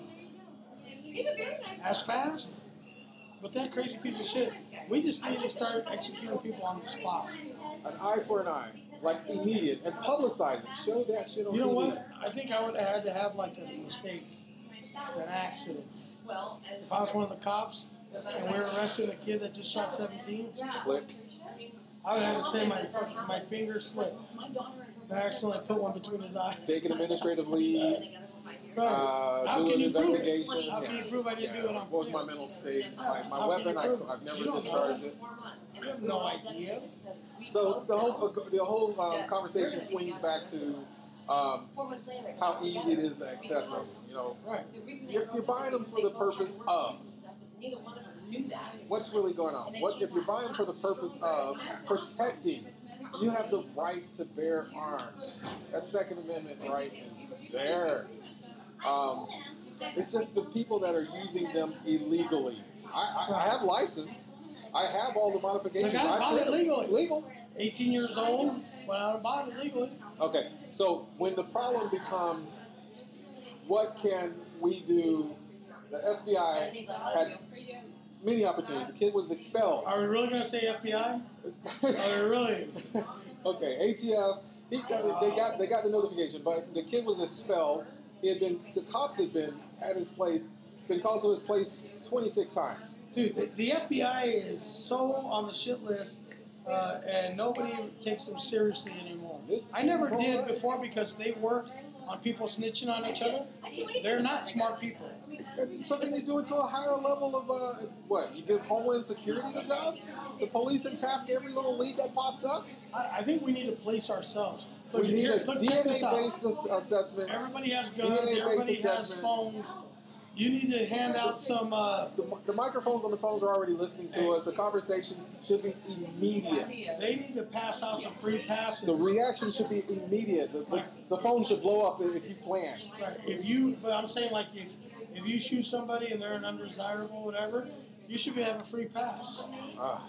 He's a very nice as fast. But that crazy piece of shit, we just need to start executing people on the spot. An eye for an eye, like immediate, and publicize it. Show that shit on You know TV. what? I think I would have had to have like a mistake, an accident. Well, and If I was one of the cops the best and we were arresting a kid that just shot 17, Yeah. Click. I mean, I would have had to say my fucking my finger slipped. my daughter and her And I accidentally put one between his eyes. Take an administrative leave. together for five years. Right. Uh, How do can an you prove it? investigation. How can you prove I didn't do it on What was my purpose? mental state? How- My, my how can weapon, you I, prove it? I've never You don't know. discharged it. Four months. And You have we no were all done idea. because we So both the know. whole the whole um, Yeah. conversation swings back to um, Four months later, how easy it is to access them. You know Right. The reason they You're- wrote you're that buying them they for the both had purpose to work of. through some stuff, but Neither one of them knew that. what's really going on. What if you're buying for the purpose of protecting? You have the right to bear arms. That Second Amendment right is there. Um, it's just the people that are using them illegally. I, I, I have license. I have all the modifications. Like, I I bought it printed- legally. Legal. 18 years old, went out and bought it legally. Okay, so when the problem becomes, what can we do? The FBI has many opportunities. The kid was expelled. Are we really going to say FBI? Are we really? okay, ATF. He, they got they got the notification, but the kid was expelled. He had been the cops had been at his place, been called to his place twenty six times. Dude, the, the FBI is so on the shit list, uh, and nobody takes them seriously anymore. This I never did before because they work on people snitching on each other. They're not smart people. And So then you do it to a higher level of uh, what? You give Homeland Security the job to police and task every little lead that pops up. I, I think we need to police ourselves. Look, We need here, a look check this out. DNA-based ass- assessment. Everybody has guns. DNA-based Everybody has assessment. phones. You need to hand out some. Uh, The, mi- the microphones on the phones are already listening to us. The conversation should be immediate. they need to pass out some free passes. The reaction should be immediate. The, the, the phone should blow up if you plan. Right, if you, but I'm saying like if if you shoot somebody and they're an undesirable, whatever, you should be having a free pass. Ah,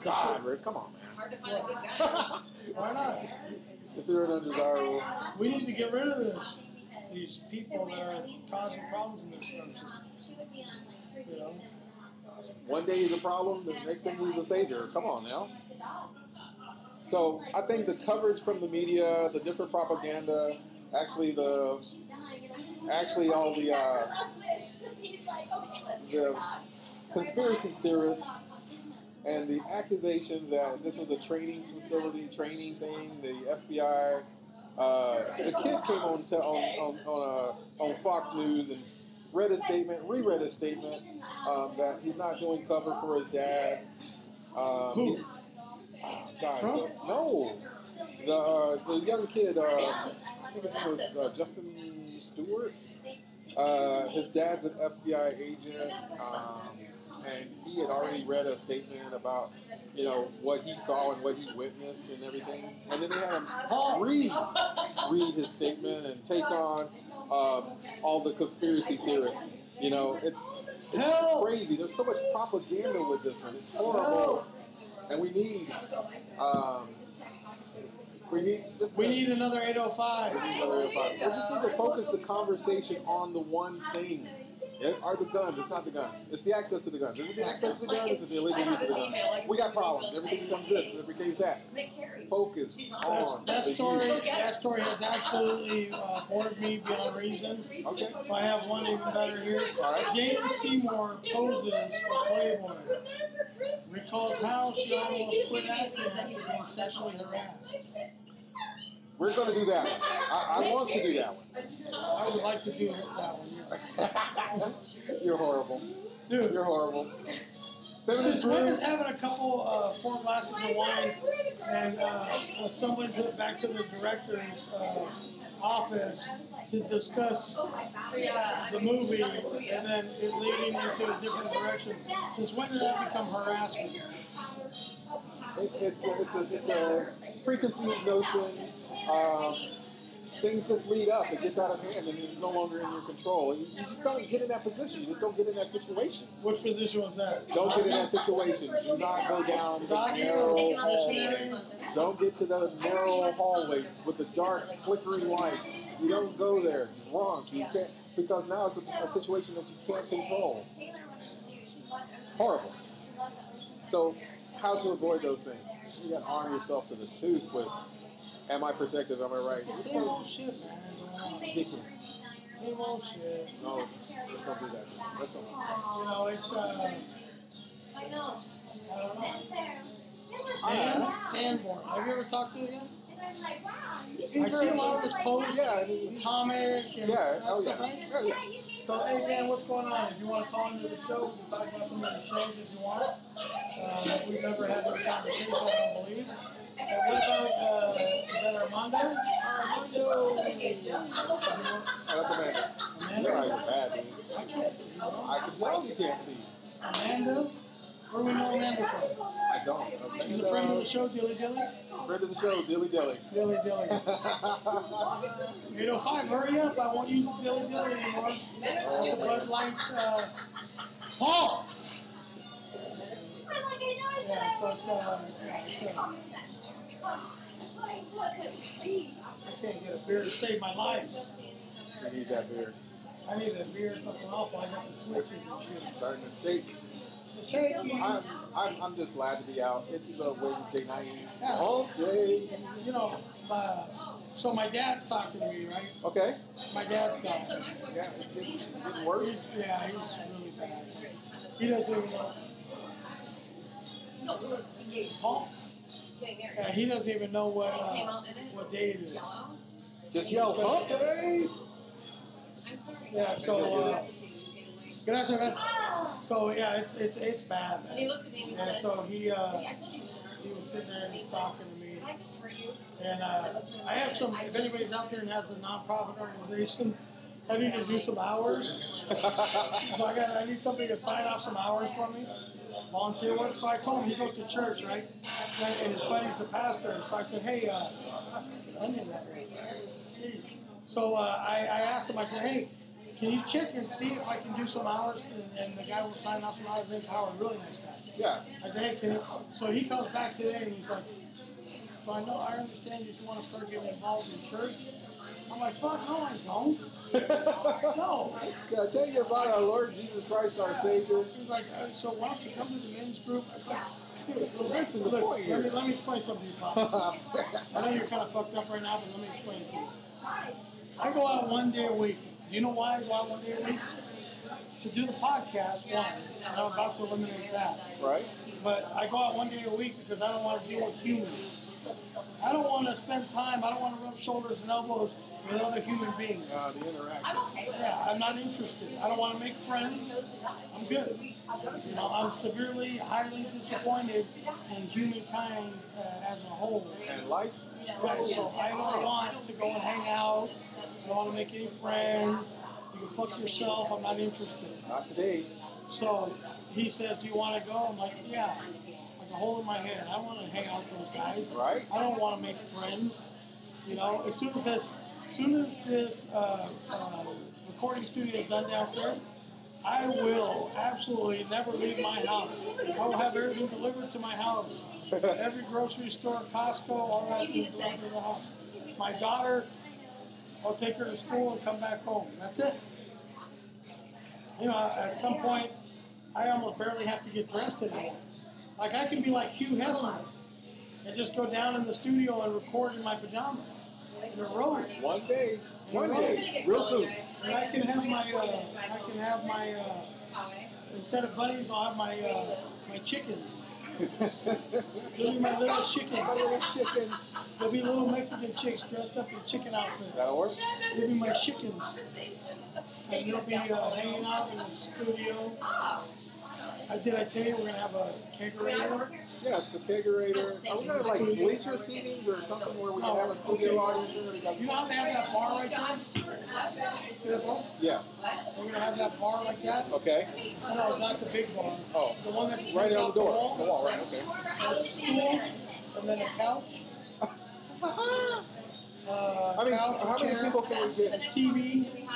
God, Rick, come on, man. Why not? If they're an undesirable, We need to get rid of this. These people that are causing problems in this country. You know, one day he's a problem, the next thing he's a savior. Come on now. So I think the coverage from the media, the different propaganda, actually the actually all the uh, the conspiracy theorists and the accusations that this was a training facility, training thing, the FBI. Uh, the kid came on to, on on on, uh, on Fox News and read a statement, reread a statement um, that he's not doing cover for his dad. Um, Who? Oh, God, Trump? no, the uh, the young kid. Uh, I think his name was uh, Justin Stewart. Uh, his dad's an FBI agent, um, and he had already read a statement about you know what he saw and what he witnessed and everything. And then they had him read read his statement and take on um, all the conspiracy theorists. You know, it's Help! crazy. There's so much propaganda with this one. It's horrible, and we need um, we need just We the- need another 805. another five. We just need to focus the conversation on the one thing. It are the guns? It's not the guns. It's the access to the guns. Is it the access to the guns? Is it the illegal use of the guns? We got problems. Everything becomes this. and Everything becomes that. Focus That's, on that the story. use. That story has absolutely uh, bored me beyond reason. Okay. So I have one even better here. All right. James Seymour poses for Playboy. Recalls how she almost quit acting after being sexually harassed. We're going to do that one. I, I want to do that I would like to do that one. yes. one. You're horrible. Dude, You're horrible. since Feminist women's groups. having a couple uh, four glasses of wine and uh, uh, stumbling to, back to the director's uh, office to discuss the movie and then it leading into a different direction. Since when did that become harassment? It, it's, a, it's, a, it's a preconceived notion. Um, things just lead up. It gets out of hand, and it's no longer in your control. You, you just don't get in that position. You just don't get in that situation. Which position was that? Don't get in that situation. Do not go down the Doggy or narrow hallway. missionary? Don't get to the narrow hallway with the dark, flickering light. You don't go there drunk. You can't because now it's a, a situation that you can't control. Horrible. So, how to avoid those things? You got to arm yourself to the tooth with, am I protected? Am I right? It's the same old shit, man. ridiculous. Same old shit. No, let's don't do that. Let's don't. do that. You know, it's uh, I don't know. Sam Sanborn. Have you ever talked to the guy? I see a lot of his posts. Yeah, I mean, he's- Tom Eric and yeah, that oh stuff. yeah. right? yeah, yeah. So hey man, what's going on? If you want to call into the show, we can talk about some of the shows if you want. Uh, we've never had that conversation, I don't believe. And what about uh, is that Armando? Armando. Is it Oh, that's Amanda. Your eyes Amanda? are bad, dude. I can't see. I can tell you can't see. Amanda. Where do we know Amanda from? I don't. Okay. She's a friend of the show, Dilly Dilly. Friend of the show, Dilly Dilly. Dilly Dilly. 805, hurry up. I won't use the dilly dilly anymore. uh, That's a Bud Light. Uh, Paul! like I noticed Yeah, that so I it's, uh, yeah, it's, uh, common sense. Like, look at Steve. I can't get a beer to save my life. I need that beer. I need a beer or something awful. I got the twitches and I'm shit. starting to shake. I'm, Shakies. I'm, I'm just glad to be out. It's uh, Wednesday night. Yeah. All day. You know, uh, so my dad's talking to me, right? Okay. My dad's talking. So my boyfriend Yeah, says it's to me, getting, "Look it's getting worse. what I like." He's, yeah, he's really tired. He doesn't even know. No, we were engaged. Paul, Getting married. yeah, he doesn't even know what I came uh, out in it. what day it is. Yellow. Just yell, hump day! I'm sorry. Yeah, so, uh, And Good answer, man. So yeah, it's it's it's bad, he man. looked at me and he And said, so he uh, "Hey, I told you he was a nurse." he was sitting there and he's talking to me, Did I just hurt you? and uh, I have some. If anybody's out there and has a nonprofit organization, I need to do some hours. So I got I need somebody to sign off some hours for me, volunteer work. So I told him he goes to church, right? And- And his buddy's the pastor. So I said, hey, uh, I'm making onion that race. Jeez. So uh, I, I asked him. I said, hey, can you check and see if I can do some hours? And, and the guy will sign off some hours. Name's Howard, really nice guy. yeah. I said, hey, can you? So he comes back today and he's like, so I know I understand that you want to start getting involved in church. I'm like, fuck no, I don't. No, Can I tell you about our Lord Jesus Christ, our Savior? He's like, uh, so why don't you come to the men's group? I was like, dude, Well, that's the look, point let me, here. let me explain something to you, Pops. I know you're kind of fucked up right now, but let me explain it to you. I go out one day a week. Do you know why I go out one day a week? To do the podcast, one. And I'm about to eliminate that. right? But I go out one day a week because I don't want to deal with humans. I don't want to spend time, I don't want to rub shoulders and elbows with other human beings. Uh, the interaction. I'm okay with Yeah, I'm not interested. I don't want to make friends. I'm good. You know, I'm severely, highly disappointed in humankind uh, as a whole. And life. Right, so I don't want to go and hang out. I don't want to make any friends. You can fuck yourself. I'm not interested. Not today. So he says, "Do you want to go?" I'm like, "Yeah." Like a hole in my head. I don't want to hang out with those guys. Right. I don't want to make friends. You know, as soon as this, as soon as this uh, uh, recording studio is done downstairs, I will absolutely never leave my house. I will have everything delivered to my house. Every grocery store, Costco, all that stuff delivered to the house. My daughter, I'll take her to school and come back home. That's it. You know, at some point, I almost barely have to get dressed anymore. Like I can be like Hugh Hefner and just go down in the studio and record in my pajamas in a robe. One day. One day. Real soon. And I can have my, uh, I can have my, uh, instead of bunnies, I'll have my, uh, my chickens. They'll be my little My chickens. little chickens. They'll be little Mexican chicks dressed up in chicken outfits. That'll work. They'll be my chickens. And you'll be uh, hanging out in the studio. Uh, did I tell you we're gonna have a kegerator? Yeah, it's a figurator. Are we gonna have, like bleacher seating or something where we can have a studio audience? in there? Oh, You know how they have that bar right there? See that bar? Yeah. We're gonna have that bar like that. Okay. No, not the big bar. Oh. The one that just Right hangs on off the door. The wall. wall, right? Okay. There's stools and then a couch. Uh, I mean, couch, a how many chair, people can we a get? TV,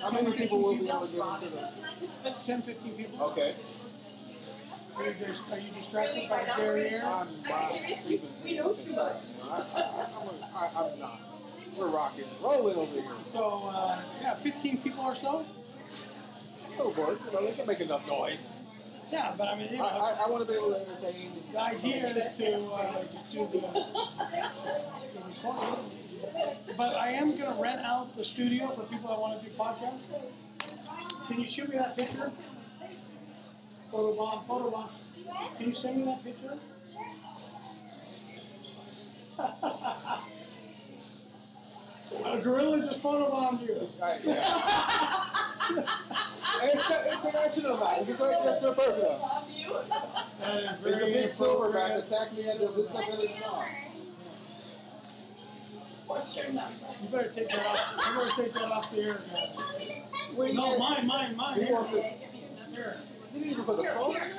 How many people will be able to get into the? 10, 15 people. Okay. Are you, dis- are you distracted by derriere? I'm not Seriously, we know too much. I, I, I'm, I'm not. We're rocking, and rolling over here. So, uh, yeah, 15 people or so. No work, you know, they can make enough noise. Yeah, but I mean, you I, know, I, I want to be able to entertain. the idea is to uh, just do the, the recording. But I am going to rent out the studio for people that want to do podcasts. Can you shoot me that picture? Photobomb, photobomb. Can you send me that picture? A gorilla just photobombed you. Right, yeah. it's an international night. It's right next to Perfect. That is There's a very big silverback inappropriate. attacked me at the Vista Village Mall. What's your number? You better take that off. You better take that off the air, guys. Swing No, it. mine, mine, mine. He Here. wants it. Here. You didn't even put the phone in there?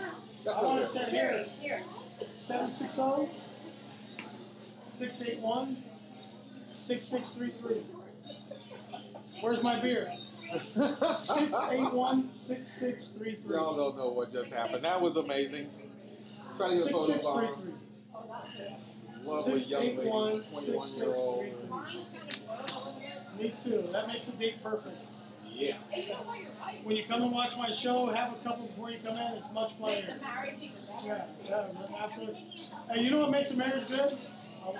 That's I want to not send Here, here. here. 760 681 6633. Where's my beer? good. 681 6633. Y'all don't know what just happened. That was amazing. Try to get a Six photo six bomb. three three. Lovely Six, young eight, lady, one, twenty-one six, year six, old. three, Me too. That makes the date perfect. Yeah. you know what, you're right. When you come and watch my show, have a couple before you come in. It's much Makes funner. the marriage even better. Yeah, yeah, absolutely. And you know what makes a marriage good? A, a,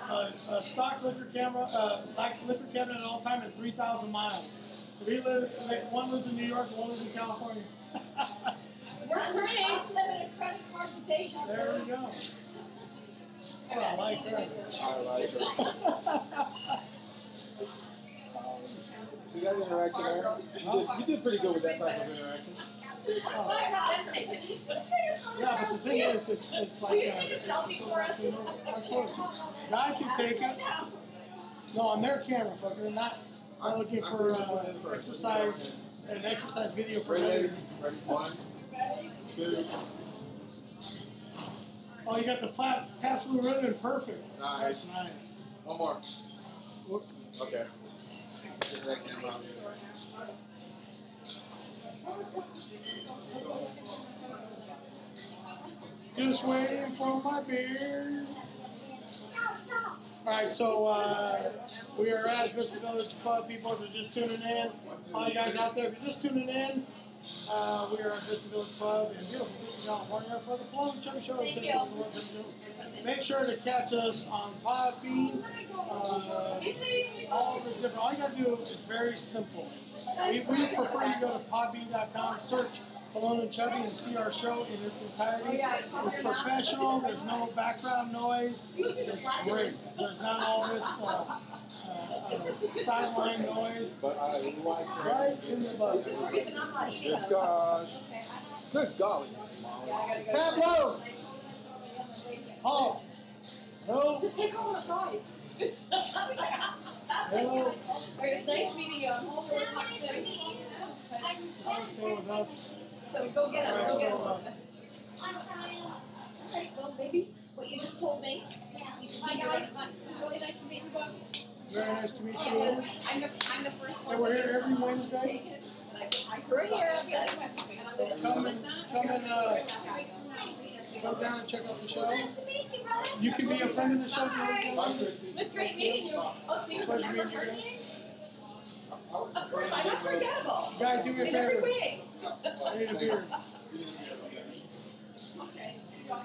a stock liquor camera, uh, like liquor cabinet at all time, and three thousand miles. We live. Like, one lives in New York, one lives in California. We're free. I'm limited credit card to Deja. there we go. Oh, I like I like her. that. See that interaction there? You did, you did pretty good with that type of interaction. Then take it. yeah, but the thing is, it's, it's like. Will you uh, take a selfie for us? you know, Absolutely. God can take it. No. No, on their camera, fucker. Not. I'm looking I'm for just uh, looking for- exercise, an exercise video for Ready, later. ladies? Ready? One, two, Oh, you got the plat, pass through ribbon, perfect. nice. Nice. One more. Whoop. Okay. Get that camera out. Just waiting for my beer. Stop, stop. All right, so uh, we are at Vista Village Club. People, if you're just tuning in, all you guys out there, if you're just tuning in, uh, we are at Vista Village Club in beautiful Vista, California for the Plum Chubby Show. Thank Take you. it to the Plum Chubby Show. Make sure to catch us on Podbean. Uh, Be safe, be safe. all the different. All you gotta do is very simple. We, we prefer you go to podbean.com, search Cologne and Chubby, and see our show in its entirety. It's professional. There's no background noise. It's great. There's not all this uh, uh, uh, sideline noise. But I like her. Right in the butt. Good gosh. Good golly. Pablo, Paul, no, Just take all the fries. hello. It's nice meeting you. I'm hoping we'll talk soon. Come stay with us. So go get him. Go get him. Alright, Alright, well, maybe what you just told me. Hi, guys. It's really nice to meet you both. Very nice to meet Yeah, you. all. I'm the, I'm the first one. And we're here every Wednesday. We're here. Come and come and uh, come down and check out the show. Nice to meet you, brother. You can be a friend of the show. Bye, Gary. Christy. It's great meeting you. Oh, so you Pleasure meeting remember you guys. Of course, I'm unforgettable. Guy, do me a In every favor. way. I need a beer.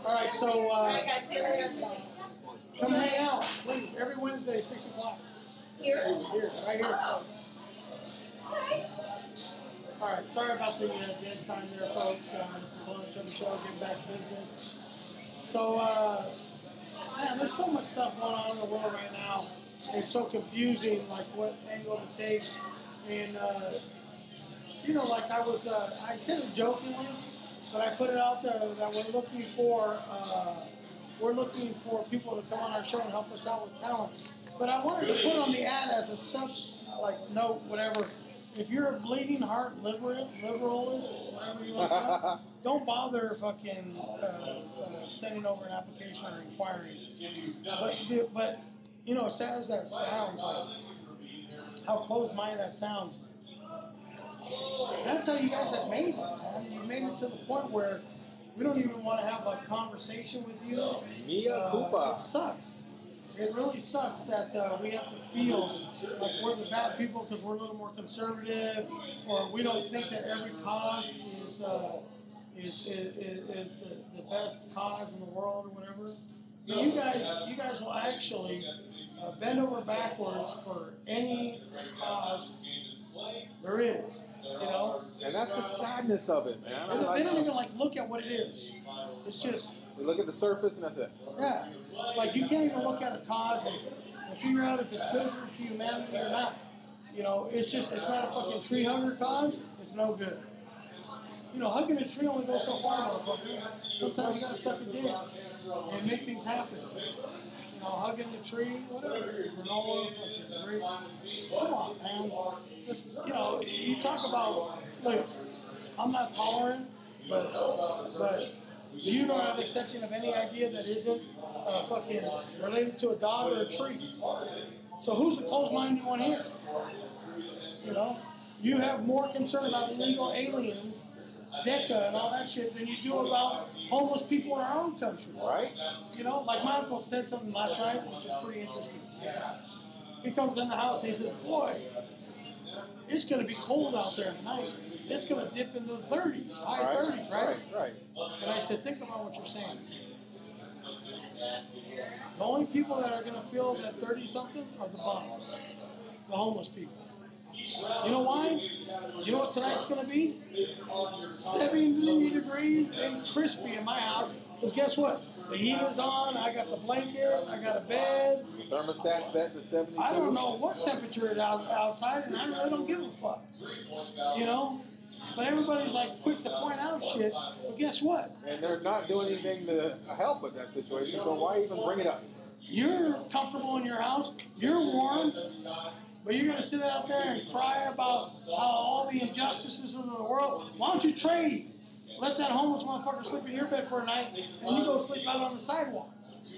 All right, so uh, Alright, guys, see you later. come Enjoy. hang out. Wait, every Wednesday, six o'clock. Here. Here, right here. Oh. Okay. All right, sorry about the uh, dead time there, folks. Uh, it's a lunch on the show, getting back to business. So, uh, man, there's so much stuff going on in the world right now. It's so confusing, like what angle to take. And, uh, you know, like I was, uh, I said it jokingly, but I put it out there that we're looking for, uh, we're looking for people to come on our show and help us out with talent. But I wanted to put on the ad as a sub, like note, whatever. If you're a bleeding heart liberal, liberalist, whatever you want to call it, don't bother fucking uh, uh, sending over an application or inquiring. But, but you know, as sad as that sounds, like how close-minded that sounds. That's how you guys have made it. Man. You made it to the point where we don't even want to have a conversation with you. Mia Uh, It Koopa. sucks. It really sucks that uh, we have to feel like we're the bad people because we're a little more conservative, or we don't think that every cause is uh, is, is, is, is the, the best cause in the world or whatever. So you guys, you guys will actually uh, bend over backwards for any cause there is. You know, And that's the sadness of it, man. I they don't- like they don't her. even like look at what it is. It's just We look at the surface and that's it. yeah. Like you can't even look at a cause and, and figure out if it's good for humanity or not. You know, it's just it's not a fucking tree hugger cause. It's no good. You know, hugging a tree only goes so far, motherfucker. Sometimes you gotta suck a dick and make things happen. You know, hugging the tree, whatever. Granola, fucking grape. Come on, man. Just, you know, you talk about look. I'm not tolerant, but but you know I'm accepting of any idea that isn't uh, fucking related to a dog or a tree. So who's the closed-minded one here? You know, you have more concern about illegal aliens DECA and all that shit than you do about homeless people in our own country. right? You know, like my uncle said something last night, which was pretty interesting. He comes in the house and he says, Boy, it's going to be cold out there tonight. It's going to dip into the 30s, high 30s, right? Right. And I said, Think about what you're saying. The only people that are going to feel that 30 something are the bums, the homeless people. You know why? You know what tonight's going to be? 70 degrees and crispy in my house. Because guess what? The heat is on. I got the blankets. I got a bed. Thermostat set to 72. I don't know what temperature it is out, outside, and I really don't give a fuck. You know? But everybody's like quick to point out shit. But guess what? And they're not doing anything to help with that situation, so why even bring it up? You're comfortable in your house. You're warm. But you're going to sit out there and cry about how all the injustices of the world. Why don't you trade? Let that homeless motherfucker sleep in your bed for a night and you go sleep out on the sidewalk.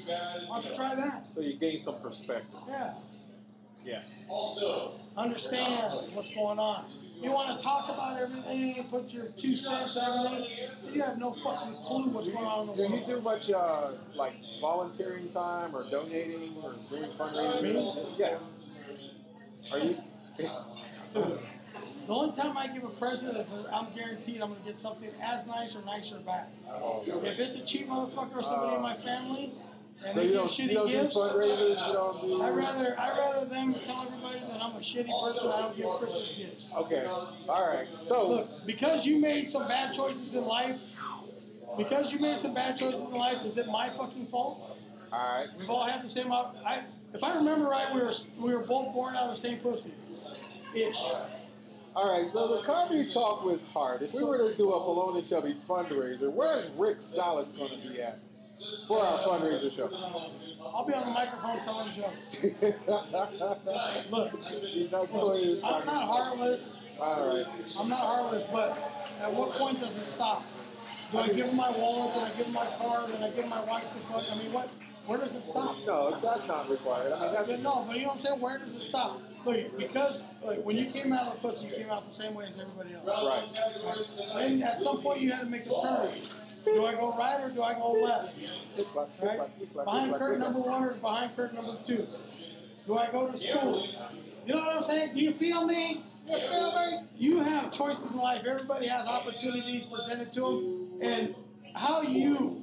Why don't you try that? So you gain some perspective. Yeah. Yes. Understand what's going on. You want to talk about everything, put your two cents, everything. You have no fucking clue what's going on in Do the you world. do much uh, like volunteering time or donating or doing fundraising? Yeah. Are you? The only time I give a president, I'm guaranteed I'm going to get something as nice or nicer back. oh. If it's a cheap motherfucker or somebody in my family, and So they you give don't, you shitty don't do gifts, fundraisers. You don't do. I'd rather I'd rather them tell everybody that I'm a shitty person. I don't give Christmas gifts. Okay. All right. So Look, because you made some bad choices in life, because you made some bad choices in life, is it my fucking fault? all right. We've all had the same. op- I, if I remember right, we were we were both born out of the same pussy, ish. All right, so the comedy talk with Hart. If we were to do a Bologna Chubby fundraiser, where's Rick Salas going to be at for our fundraiser show? I'll be on the microphone telling jokes. He's Look, not going to look, I'm not heartless. All right. I'm not heartless, but at what point does it stop? Do I give him my wallet? Do I give him my car? Do I give my wife the fuck? I mean, what? Where does it stop? No, that's not required. I mean, that's But no, but you know what I'm saying? Where does it stop? Look, because like, when you came out of the pussy, you came out the same way as everybody else. right. Then at some point, you had to make a turn. Do I go right or do I go left? Right? Behind curtain number one or behind curtain number two? Do I go to school? You know what I'm saying? Do you feel me? You feel me? You have choices in life. Everybody has opportunities presented to them, and how you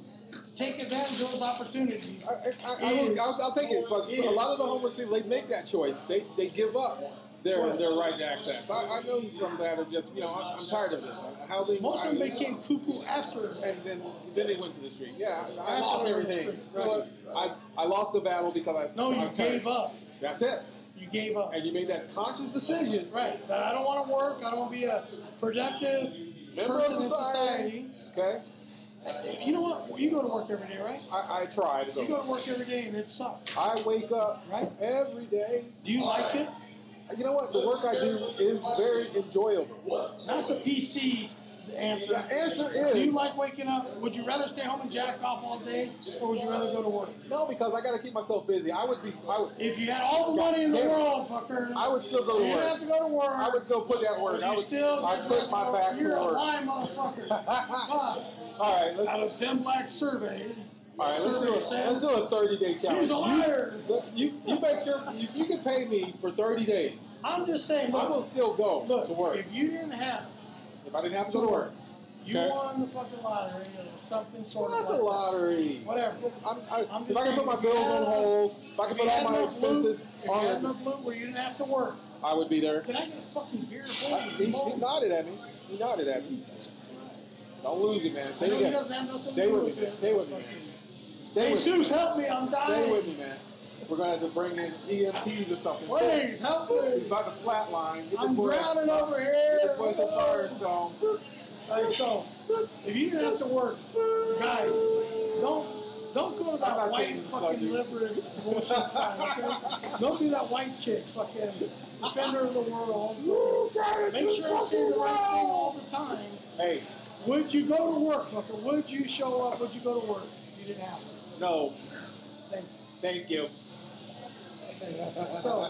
take advantage of those opportunities. uh, I, I, I will, I'll, I'll take it, but a lot of the homeless people they make that choice. They they give up their their right to access. I, I know some that are just you know I'm, I'm tired of this housing. Most of them became cuckoo after and then then they went to the street. Yeah, I, I I lost lost the everything. street. You know what? I, I lost the battle because I No, I you was tired. gave up. That's it. You gave up. And you made that conscious decision. Right. That I don't want to work. I don't want to be a productive Member of person society. in Okay, society. You know what? You go to work every day, right? I, I tried. You go to work every day and it sucks. I wake up Right. every day. Do you like it? You know what? The work I do is very enjoyable. Not the PCs. The answer. The answer Do is you like waking up? Would you rather stay home and jack off all day, or would you rather go to work? no, because I got to keep myself busy. I would be. I would. If you had all the money in the world, fucker, I would still go you to didn't have work. to go to work. I would go put that But work. you I would. still I put my back to You're a work. lying motherfucker. But All right, let's. out of ten blacks surveyed, All right, let's survey do a, says let's do a 30 day challenge. he's a liar. Look, You, you make sure you, you can pay me for 30 days. I'm just saying, I will look, still go look to work. If, if you didn't have, I didn't have to go to work. you Okay. won the fucking lottery or something Well, sort not of like the lottery. Whatever. I'm, I, I'm if just I can saying, put my if you bills on had- hold, if I can If you put all had my enough loot, expenses if you had on enough loot where you didn't have to work, I would be there. can I get a fucking beer for I, he, you? he nodded at me. He nodded at me. Don't lose it, man. I Stay know he together. doesn't have nothing to Stay do with with me, man. it. Stay with me, man. Stay Hey, with me. Seuss, help me! I'm Stay with dying. me, man. We're gonna have to bring in EMTs or something. Please help He's me! about to flatline. Get I'm the boy- drowning over Get here. the boy some Firestone. All right, so if you didn't have to work, guys, don't don't go to I'm that not white taking the fucking subject. liberalist bullshit side. Okay? Don't be that white chick, fucking defender of the world. Make sure I say the right thing all the time. Hey, Would you go to work, fucker? Would you show up? Would you go to work if you didn't have to? no. Thank Thank you. you. Thank you. So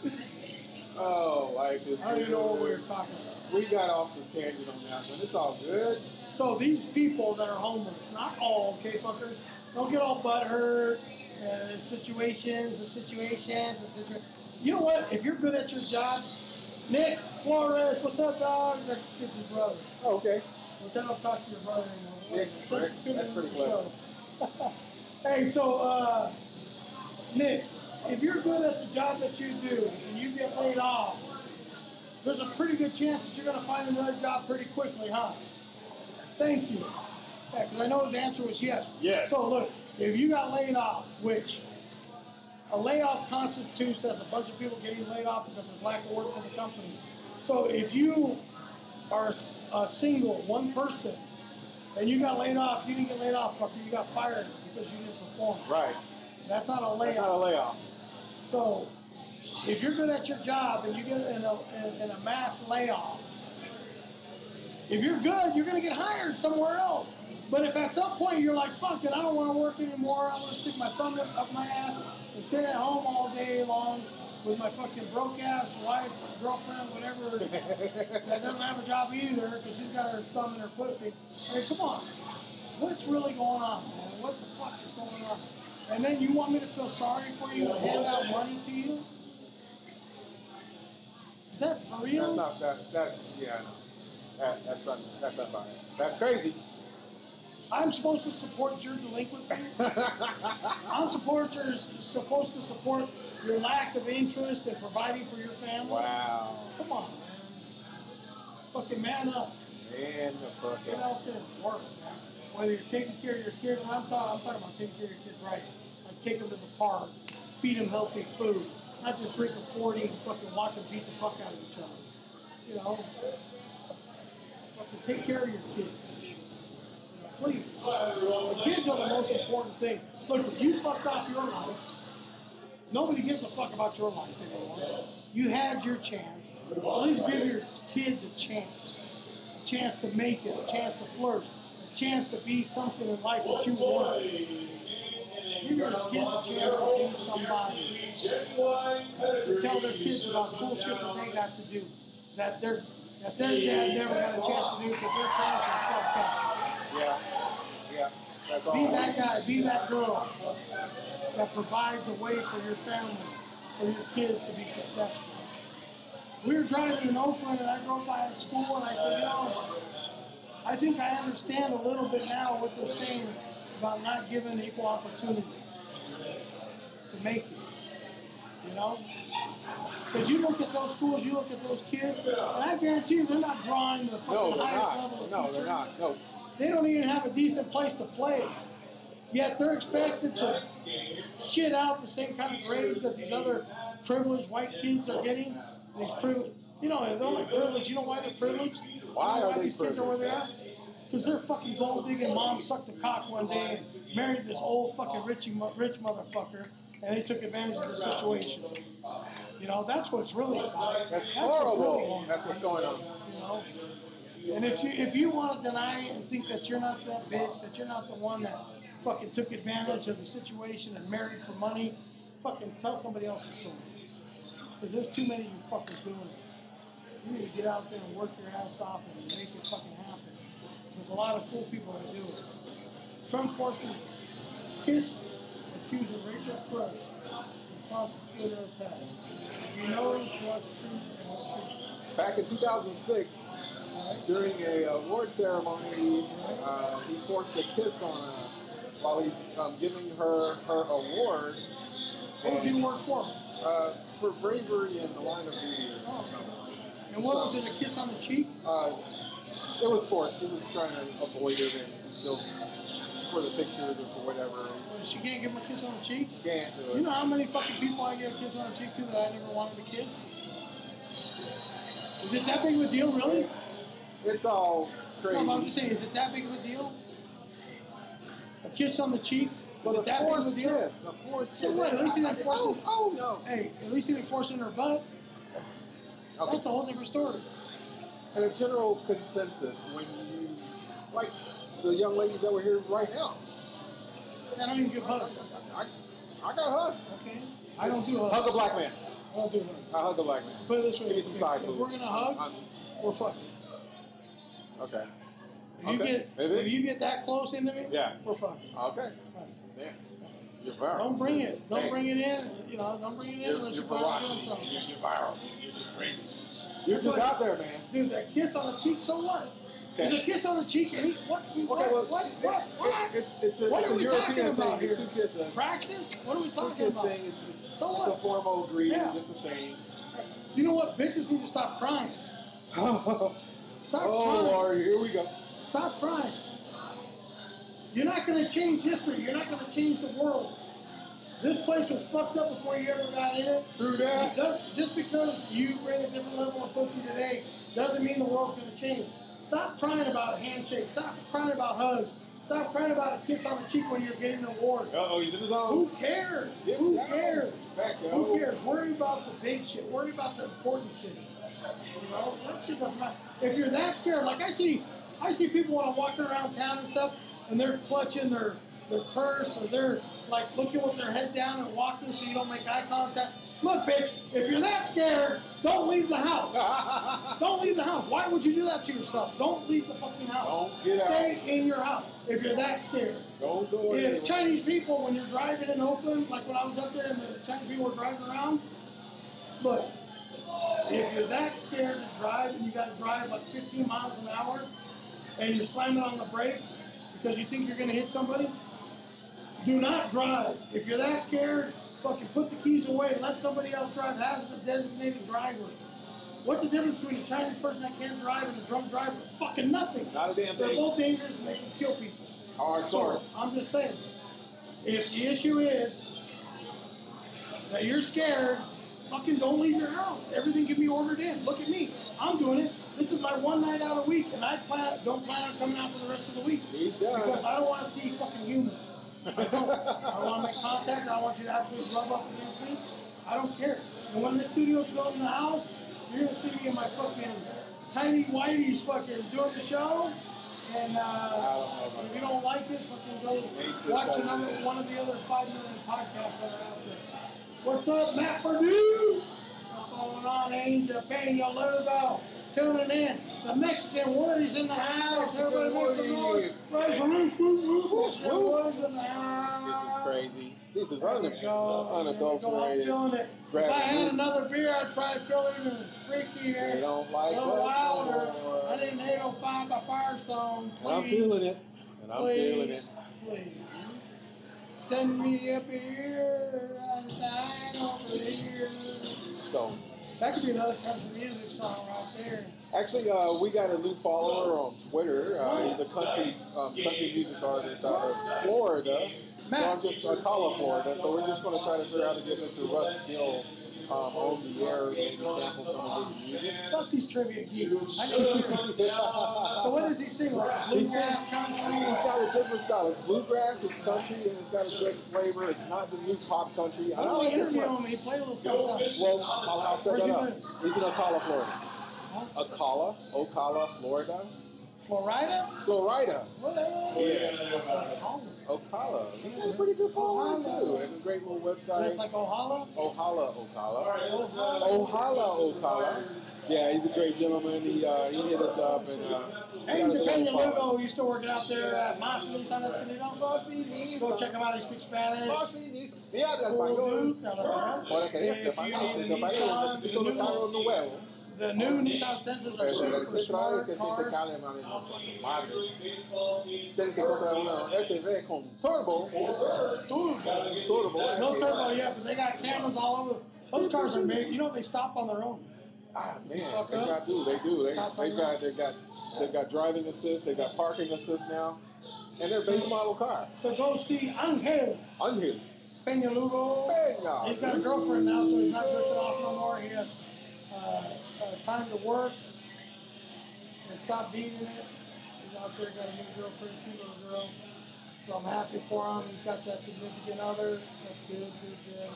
oh life is I don't even know what we were good. talking about. We got off the tangent on that one. It's all good. So these people that are homeless, not all, okay, fuckers, don't get all butthurt and there's situations and situations and situations. You know what? If you're good at your job, Nick Flores, what's up, dog? That's Skip's brother. Oh, okay. Well, then I'll talk to your brother. in a Nick, minute. Thanks right? for tuning That's in pretty to the show. hey, so uh, Nick, if you're good at the job that you do and you get laid off, there's a pretty good chance that you're going to find another job pretty quickly, huh? Thank you. Yeah, because I know his answer was yes. Yes. So look, if you got laid off, which a layoff constitutes as a bunch of people getting laid off because there's lack of work for the company. So if you are a single one person and you got laid off, you didn't get laid off, fucker, you got fired because you didn't perform. Right. That's not a That's not a layoff. layoff. So if you're good at your job and you get in a, in, in a mass layoff, if you're good, you're going to get hired somewhere else. But if at some point you're like, fuck it, I don't want to work anymore, I want to stick my thumb up- up my ass and sit at home all day long with my fucking broke ass wife, girlfriend, whatever, that doesn't have a job either because she's got her thumb in her pussy. I mean, come on. What's really going on, man? What the fuck is going on? And then you want me to feel sorry for you and hand out money to you? Is that for That's real? not that. That's yeah. I know. That, that's un, that's unbiased. That's crazy. I'm supposed to support your delinquency. I'm supposed to, supposed to support your lack of interest in providing for your family. wow. Come on, man. Fucking man up. Man, the Get fucking. out there and work. man. Whether you're taking care of your kids, and I'm talking, I'm talking about taking care of your kids right. Like take them to the park, feed them healthy food, not just drinking 40 and fucking watch them beat the fuck out of each other. You know, fucking take care of your kids. Please, the kids are the most important thing. Look, if you fucked off your life, nobody gives a fuck about your life anymore. You had your chance. At least give your kids a chance a chance to make it, a chance to flourish, a chance to be something in life that you want. Give your kids a chance to be somebody, to tell their kids about cool shit that they got to do, that their that their dad never got a chance to do because their parents are fucked up. Yeah. Yeah. That's all. Be that guy, be that girl that provides a way for your family, for your kids to be successful. We were driving in Oakland and I drove by a school and I said, you know, I think I understand a little bit now what they're saying about not giving equal opportunity to make it. You know? Because you look at those schools, you look at those kids, and I guarantee you they're not drawing the fucking No, they're highest level not. of No, teachers. they're not. No. They don't even have a decent place to play. Yet they're expected to shit out the same kind of grades that these other privileged white kids are getting. These privileged, you know, and they're only privileged. You know why they're privileged? Why you know are why they these kids are where they are? privileged? Because their fucking gold digging mom sucked a cock one day and married this old fucking richy, mo- rich motherfucker, and they took advantage of the situation. You know, that's what it's really about. That's What's really horrible. going That's on. what's going on. You know? And if you if you want to deny it and think that you're not that bitch, that you're not the one that fucking took advantage of the situation and married for money, fucking tell somebody else's story. Because there's too many of you fuckers doing it. You need to get out there and work your ass off and make it fucking happen. There's a lot of cool people that do it. Trump forces Kiss accusing Rachel Crutch responsible for their attack. We know what's true and what's not. Back in 2006, during a award ceremony, uh, he forced a kiss on her while he's um, giving her her award What was and, you work for? uh, for bravery in the line of duty. or something. And what was it? A kiss on the cheek? Uh, it was forced. He was trying to avoid it and still for the pictures or for whatever. She can't give him a kiss on the cheek. He can't do it. You know how many fucking people I gave a kiss on the cheek to that I never wanted to kiss? Is it that big of a deal, really? It's, it's all crazy. No, but I'm just saying, is it that big of a deal? A kiss on the cheek? But Is it a that big of a forced deal? kiss, a forced So kiss. what, at least he didn't force it? Oh, oh, no. Hey, at least he didn't force it in her butt. Okay. That's a whole different story. and a general consensus when you like the young ladies that were here right now. I don't even give I, hugs. I, I got hugs. Okay? I don't do hugs. Hug a black man. I don't do hugs. I hug a black man. Put it this way: Give me some side if food. we're gonna hug, I'm- we're fucking. Okay. If you Okay, get maybe. if you get that close into me, Yeah. we're fucking. Okay. Right. Yeah. You're viral. Don't bring it. Don't Hey. bring it in. You know, don't bring it in Your, unless your you're probably doing velocity. something. You're, you're viral. You're just crazy. You're just out there, man. Dude, that kiss on the cheek. So what? Okay. Is a kiss on the cheek any? What? What? Okay, well, what? it- What? it- What? It's, it's a, What it's are a we European talking thing. about It's here? Two kiss, uh, Practice? What are we two talking kiss about? thing. It's, it's, So it's what? a formal greeting, Yeah. just the same. You know what? Bitches need to stop crying. oh, Stop crying. Lord, here we go. Stop crying. You're not going to change history. You're not going to change the world. This place was fucked up before you ever got in it. Through It that. does- Just because you bring a different level of pussy today doesn't mean the world's going to change. Stop crying about handshakes. Stop crying about hugs. Stop crying about a kiss on the cheek when you're getting an award. Uh-oh, he's in his own. Who cares? Who Yeah. cares? Back up. Who cares? Worry about the big shit. Worry about the important shit. You know, that shit doesn't matter. If you're that scared, like I see, I see people when I'm walking around town and stuff, and they're clutching their their purse or they're like looking with their head down and walking so you don't make eye contact. Look, bitch, if you're that scared, don't leave the house. Don't leave the house. Why would you do that to yourself? Don't leave the fucking house. Don't get Stay in your house if you're that scared. Don't go Yeah, anywhere. Chinese people, when you're driving in Oakland, like when I was up there and the Chinese people were driving around, look, if you're that scared to drive and you got to drive like 15 miles an hour and you're slamming on the brakes because you think you're going to hit somebody, do not drive. If you're that scared, fucking put the keys away. Let somebody else drive. Has the designated driver. What's the difference between a Chinese person that can't drive and a drunk driver? Fucking nothing. Not a damn They're thing. both dangerous and they can kill people. Hard sword. So I'm just saying, if the issue is that you're scared, fucking don't leave your house. Everything can be ordered in. Look at me. I'm doing it. This is my one night out a week, and I plan don't plan on coming out for the rest of the week He's done. because I don't want to see fucking humans. I don't. I want to make contact. I want you to actually rub up against me. I don't care. And when the studio goes in the house, you're gonna see me in my fucking tiny whitey's fucking doing the show. And uh, I don't know about if you don't like it, fucking go watch another one of the other five million podcasts that are out there. What's up, Matt Purdue? What's going on, Angel Pena Lugo? Tuning in. The Mexican Wood is in the house. Everybody make some noise. Raise your hand. Woo, woo, woo. Mexican Wood is in the house. This is crazy. This is There we un- go. There we unadulterated. go. I'm feeling it. Grab if I the had roots. another beer, I'd probably feel even freakier. They don't like a little us no wilder. more. I didn't 805 by Firestone. Please. And I'm feeling it. And I'm please, feeling it. Please. Send me up here. I'm dying over here. So, That could be another country music song right there. actually, uh, we got a new follower on Twitter. Uh, he's a country um, country music artist out of Florida. So I'm Matt, just uh, Ocala, Florida. So we're just going to try to figure out to get Mr. Russ Steele um, on the air and maybe sample some of his music. fuck these trivia geeks. I can hear it. So what does he sing? Like He bluegrass sings country. It's got a different style. It's bluegrass, it's country, and it's got a good flavor. It's not the new pop country. I Why don't don't we like this interview one. him? He played a little something. Well, I'll, I'll set Where's that he up. live? He's in Ocala, Florida. Ocala, Ocala, Florida. Florida? Florida. Whatever. Yes. Ocala. He's got a pretty good following, Ocala. too. And a great little website. That's like Ohala? Ohala Okala. Ohala Okala. Yeah, he's a great gentleman. He, uh, he hit us up and uh, Hey, Pena Lugo, he's still working out there at Monson San Escondido. Go check him out, he speaks Spanish. Sí, hablas Cool español. dude. Hello. Ahora que If dices you need a español, Nissan, necesito the los carros new- nuevos. the new Nissan Sentras are super Pero el central es que smart sí se cars. cae, mami. no, madre. Tienes que comprar una SV con turbo. Turbo. Turbo. No turbo yet, but they got cameras all over. Those cars are made, you know, they stop on their own. Ah, man, Fuck they up. got do, they do. They, Stop they fucking got up. they got they got driving assist, they got parking assist now, and their base model car. So go see Angel Angel. Pena Lugo. Venga. He's got a girlfriend now, so he's not jerking off no more. He has uh, uh, time to work and stop beating it. He's out there, got a new girlfriend, cute little girl. So I'm happy for him. He's got that significant other. That's good, good, good.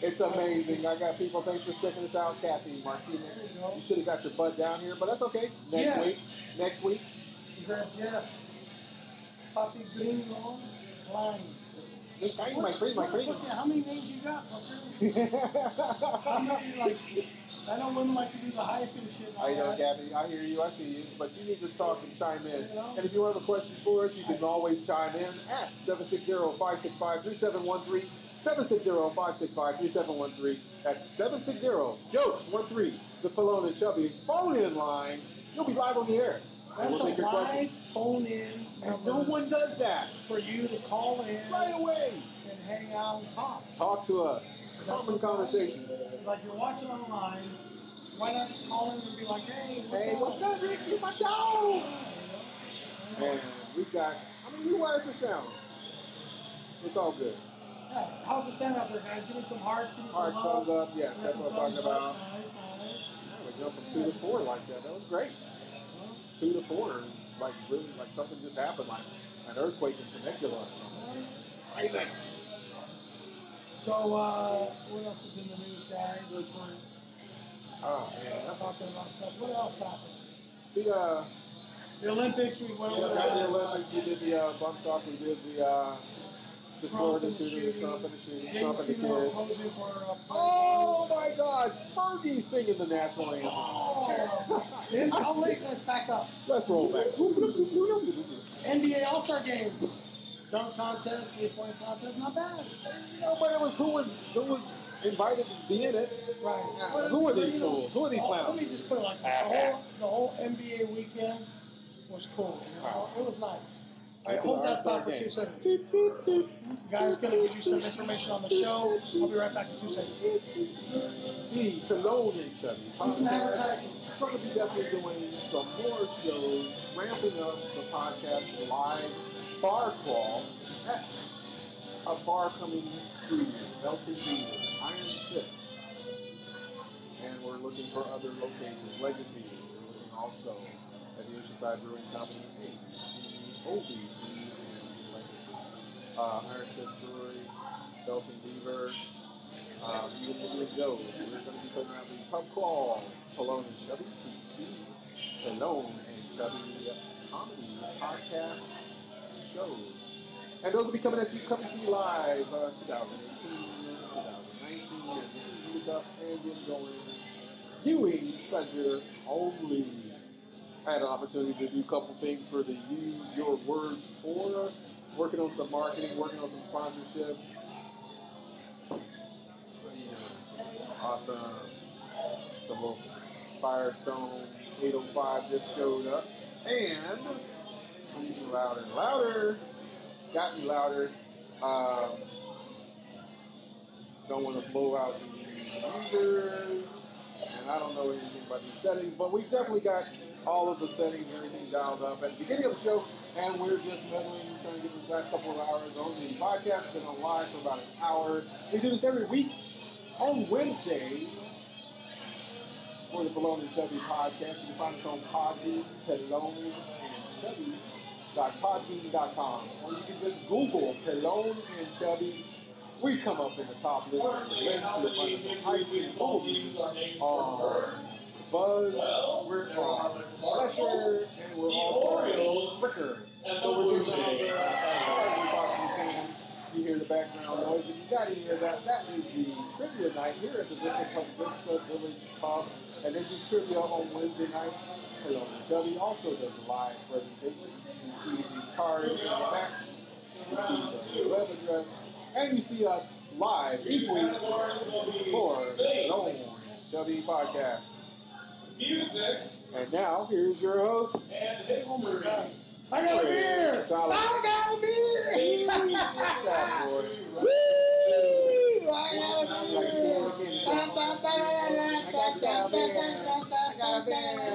It's amazing. I got people. Thanks for checking us out, Kathy Martinez. you go. You should have got your butt down here, but that's okay. Next Yes. week. Next week. He's at Jeff, Poppy Green, Klein. Nick, I my crazy, my What the crazy. fuck- How many names you got, fucker? How I many, like, I know women like to do the hyphen shit. and all know, that. Gabby. I hear you. I see you. But you need to talk and chime in. You know? And if you have a question for us, you can always chime in at 760-565-3713. 760-565-3713. That's 760-JOKES13. The Pallone and Chubby phone-in line. You'll be live on the air. That's a We'll take your live phone-in And no number one does that. for you to call in Right away. and hang out and talk. Talk to us. Is that Common something- conversation. Like you're watching online, why not just call in and be like, hey, what's Hey, up? what's up, Rick? You my dog. Man, we got. I mean, we wired for sound. It's all good. Yeah, how's the sound out there, guys? Give me some hearts, give me some Hard love. thumbs up. Yes, give me that's some what I'm talking thumbs up. about. Nice, nice. Yeah, we jumped from two to four like that. That was great. Two to four, and it's like really, like something just happened, like an earthquake in Temecula or something. Crazy. So, uh, what else is in the news, guys? Oh man, We're talking about stuff. What else happened? the uh, The Olympics, we we went over got the that. Olympics. We did the uh, bump stock. We did the uh, the Trump Florida and the shooting, shooting. Trump and the shooting, Jake Trump and the Seymour kids. posing for uh, a Oh my God, Fergie singing the national anthem. Oh. Then how late? Let's back up. Let's roll back. NBA All Star Game. Dunk contest, three point contest, not bad. You know, but it was who was who was invited to be in it. Right. Who are these fools? Who are these Oh, Let clowns? me just put it like this. The whole, the whole NBA weekend was cool. you know? Wow. It was nice. All right, It's hold an that all-star thought for game. two seconds. Guys, gonna give you some information on the show. I'll be right back in two seconds. The Cologne and Chubby podcast. We're going to be definitely doing some more shows, ramping up the podcast live bar crawl at a bar coming to you, LTD, Iron Fist. And we're looking for other locations, Legacy. We're looking also at the Oceanside Brewing Company, ABC, OBC, and Legacy. Uh, Iron Fist Brewery, Belton Beaver. Um, you can look at those. We're going to be putting out the pub crawl, Cologne and Chubby PC, Cologne and Chubby uh, comedy podcast shows. And those will be coming at you, coming to you live uh, 2018, 2019, as this season gets up and gets going. Viewing pleasure only. I had an opportunity to do a couple things for the Use Your Words tour, working on some marketing, working on some sponsorships. Awesome. Some little Firestone 805 just showed up. And even louder and louder. Got me louder. Um, don't want to blow out the users. And I don't know anything about these settings, but we've definitely got all of the settings and everything dialed up at the beginning of the show. And we're just meddling, trying to get the last couple of hours on the podcast. Been on live for about an hour. We do this every week on Wednesday for the Balone and Chubby podcast. You can find us on Podbean, Pelone and Chubby. Podbean.com. Or you can just Google Pelone and Chubby. We come up in the top list. of the list. You'll find us on iTunes, Podbean, on Buzz, we're on Pleasure, and we're also on Flickr. So we're doing all the- all the boxes we can. You hear the background noise. If you got to hear that, that is the trivia night here at the Vista Pub, Vista Village Pub. And they do trivia on Wednesday night. Hello, Chubby also does a live presentation. You see the cards in the back. You see the web address. And you see us live each week for the Lone Chubby Podcast. Music And now, here's your host, and history. I got a beer! Solid. I got a beer! That boy. Woo! I got a beer!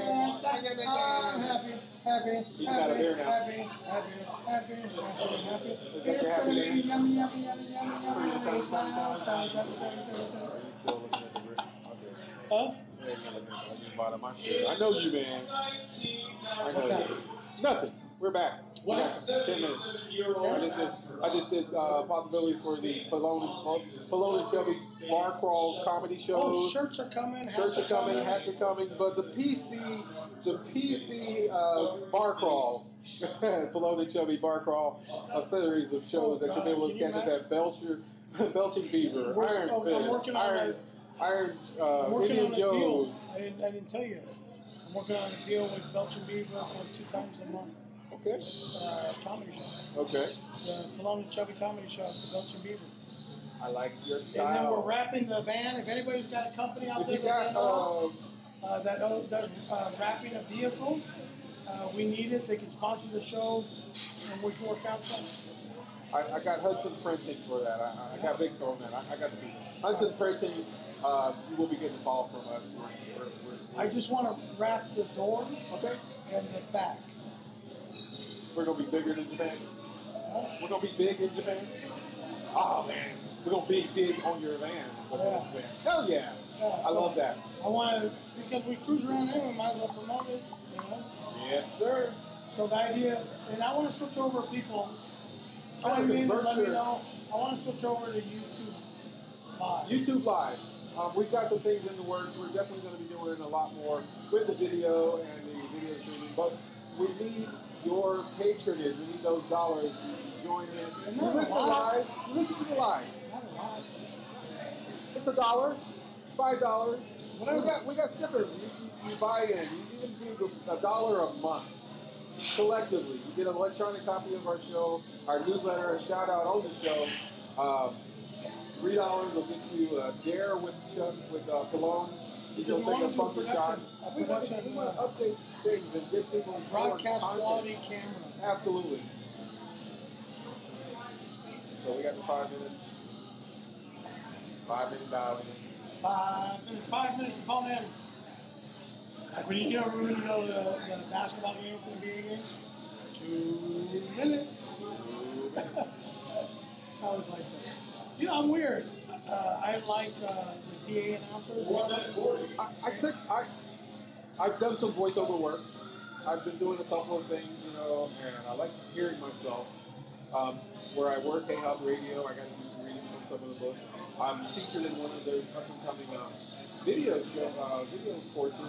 I'm happy, happy, He's got a happy, beer now. happy, happy, happy, happy, happy. It's gonna be yummy, yummy, yummy, yummy, yummy, yummy, time, time, time, time, time, time. Are you still looking at the rip? Okay. Huh? Yeah, you're looking at the- you're bottom of my shit. I know you, man. I know you. Nothing. We're back. What Yeah, ten minutes. 77 year old I just did, I just did uh, possibility for the Palone Club, Palone and Chubby Bar Crawl comedy shows. Oh, shirts are coming. Shirts are coming, hats are coming, but the PC, the PC uh, bar crawl, Bologna Chubby bar crawl, a series Oh, of shows that you'll be able to catch us at Belcher, Belching Beaver, We're- Iron oh, I'm Fist, working on Iron, Iron uh, I'm working Indian on a Joe's. deal. I didn't, I didn't tell you that. I'm working on a deal with Belgian Beaver for two times a month. Okay, Uh, comedy show. okay. The Bologna Chubby Comedy Show at the Belgian Beaver. I like your And then we're style. wrapping the van. If anybody's got a company out If there you that, they got, know um, of, uh, that know- does uh, wrapping of vehicles, uh, we need it. They can sponsor the show and we can work out something. I, um, I got Hudson Printing for that. I, I got big on that. I, I got some Hudson Printing. Uh, you will be getting a call from us. We're, we're, we're, I just want to wrap the doors okay. and the back. We're gonna be bigger than Japan. We're gonna be big in Japan. Oh man, we're gonna be big on your van. is what I'm saying. Hell yeah! Yeah, I so love that. I want to, because we cruise around there, we might as well promote it, you know? Yes, sir. So the idea, and I want to switch over people. Join me and let me know. I want to switch over to YouTube live. YouTube Live. Um, we've got some things in the works. We're definitely going to be doing a lot more with the video and the video streaming. But we need your patronage. We need those dollars. to Join in. You listen to live. You listen to live. Not a lot. It's a dollar, five dollars. Whatever. We got we got stickers. You, you, you buy in. You need to do a dollar a month collectively. You get an electronic copy of our show, our newsletter, a shout out on the show. Um, Three dollars will get you a dare with Chuck with uh, Cologne. Because we You'll take a wanna do funky production- shot. a We want production, to uh, update things and give people more Broadcast content. quality camera. Absolutely. So we got the five minute, five minute dial. Five minutes, five minutes to call in. Like when you get over to know the, the basketball games and NBA games, two minutes. I was like, that. you know, I'm weird. Uh, I like uh, the PA announcers. I, I could I I've done some voiceover work. I've been doing a couple of things, you know, and I like hearing myself. Um, where I work, Hay House Radio, I got to do some reading from some of the books. I'm featured in one of their up and coming um, video show, uh, video courses,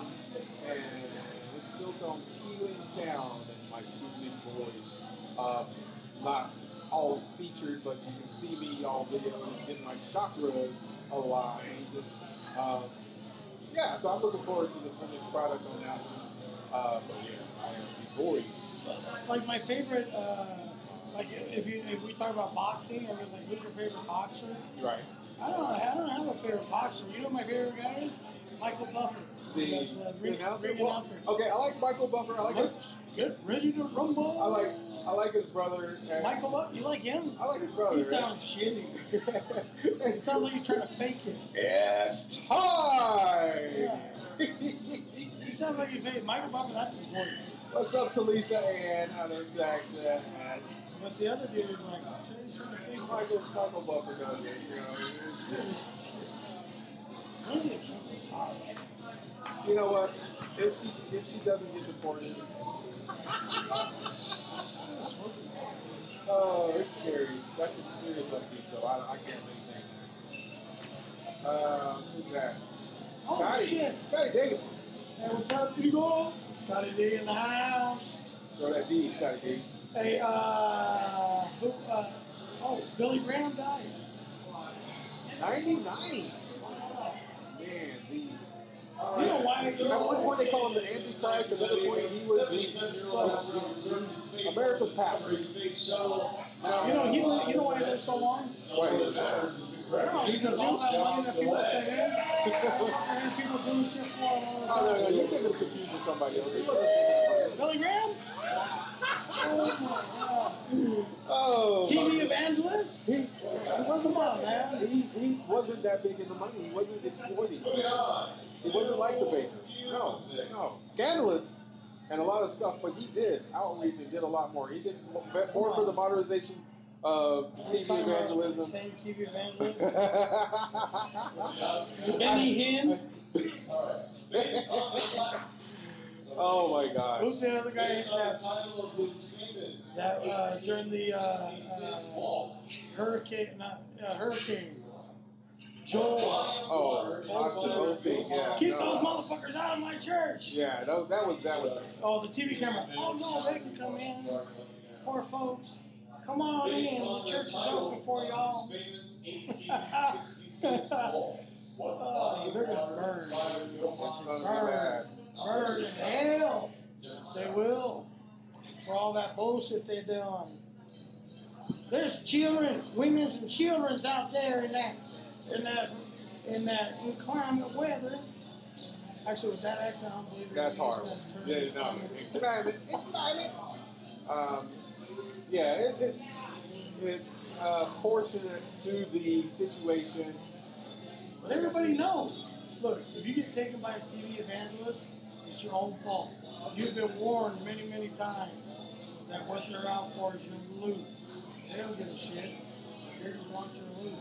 and it's built on healing sound and my soothing voice. Um, not all featured, but you can see me all video and my chakras aligned. Um, yeah, so I'm looking forward to the finished product on that one. Uh, but yeah, I am the voice. like my favorite, uh, like if you if we talk about boxing, or it's like who's your favorite boxer? Right. I don't know. I don't have a favorite boxer. You know my favorite guy is Michael Buffer, The, ring, announcer? ring Well, announcer. okay, I like Michael Buffer. I like his, Let's get ready to rumble. I like I like his brother. and- Michael Buffer. You like him? I like his brother. He sounds shitty. It sounds like he's trying to fake it. it's time. Yeah. He sounds like he's fake. Michael Buffer. That's his voice. What's up, Talisa and Hunter Jackson? Yes. But the other dude is like he's trying to fake it. Michael Michael Buffer does it. You know. Really, Trump is hot. You know what? If she if she doesn't get deported, oh, it's scary. That's some serious upbeat though. I, I can't maintain that. Uh, who's that? Oh, Scotty. shit. Scotty Davis. Hey, what's up, people? Scotty D in the house. Throw that D, Scotty D. Hey, uh, who, uh, oh, Billy Graham died. 99. Man, the. You know why- At one point they call him the Antichrist. At another point he was the. America's pastor. You know, he lived, you know why he lived so long? No, because all that money that people sent in, and people doing shit for uh, him all the Oh, no, no, time. you're getting confused with somebody else. He wasn't- Billy Graham? Oh, my God. Oh. TV evangelist? He, he wasn't on, that man. big. He, he wasn't that big in the money. He wasn't exploiting. He wasn't like the Bakers. No, no. Scandalous and a lot of stuff, but he did outreach and did a lot more. He did mo- more for the modernization of We're TV talking about the evangelism. Same TV evangelist. Benny Hinn? oh my god. Who's the other guy? Based on the That, title of his famous that uh, during the uh, 1866 uh, waltz. hurricane, not uh, hurricane. Joel, Flying Oh, water is Austin fire. Osteen, yeah. keep no. those motherfuckers out of my church. Yeah, that, that was that was. Oh, the TV camera. Oh no, they can come in. Poor folks. Come on Based in. The on the church is title open for of y'all. his famous 1866 waltz. What body of Oh, they're gonna water is burn. fire you'll It's find gonna be bad. Burn in hell. There's They will. For all that bullshit they're doing. There's children, women's and children's out there in that in that in that inclement weather. Actually with that accent I don't believe they That's use horrible. that term. Yeah, no. Inclined it, inclined it. Um, yeah, it, it's it's uh, proportionate to the situation. But everybody knows. Look, if you get taken by a TV evangelist, it's your own fault. You've been warned many, many times that what they're out for is your loot. They don't give a shit. They just want your loot.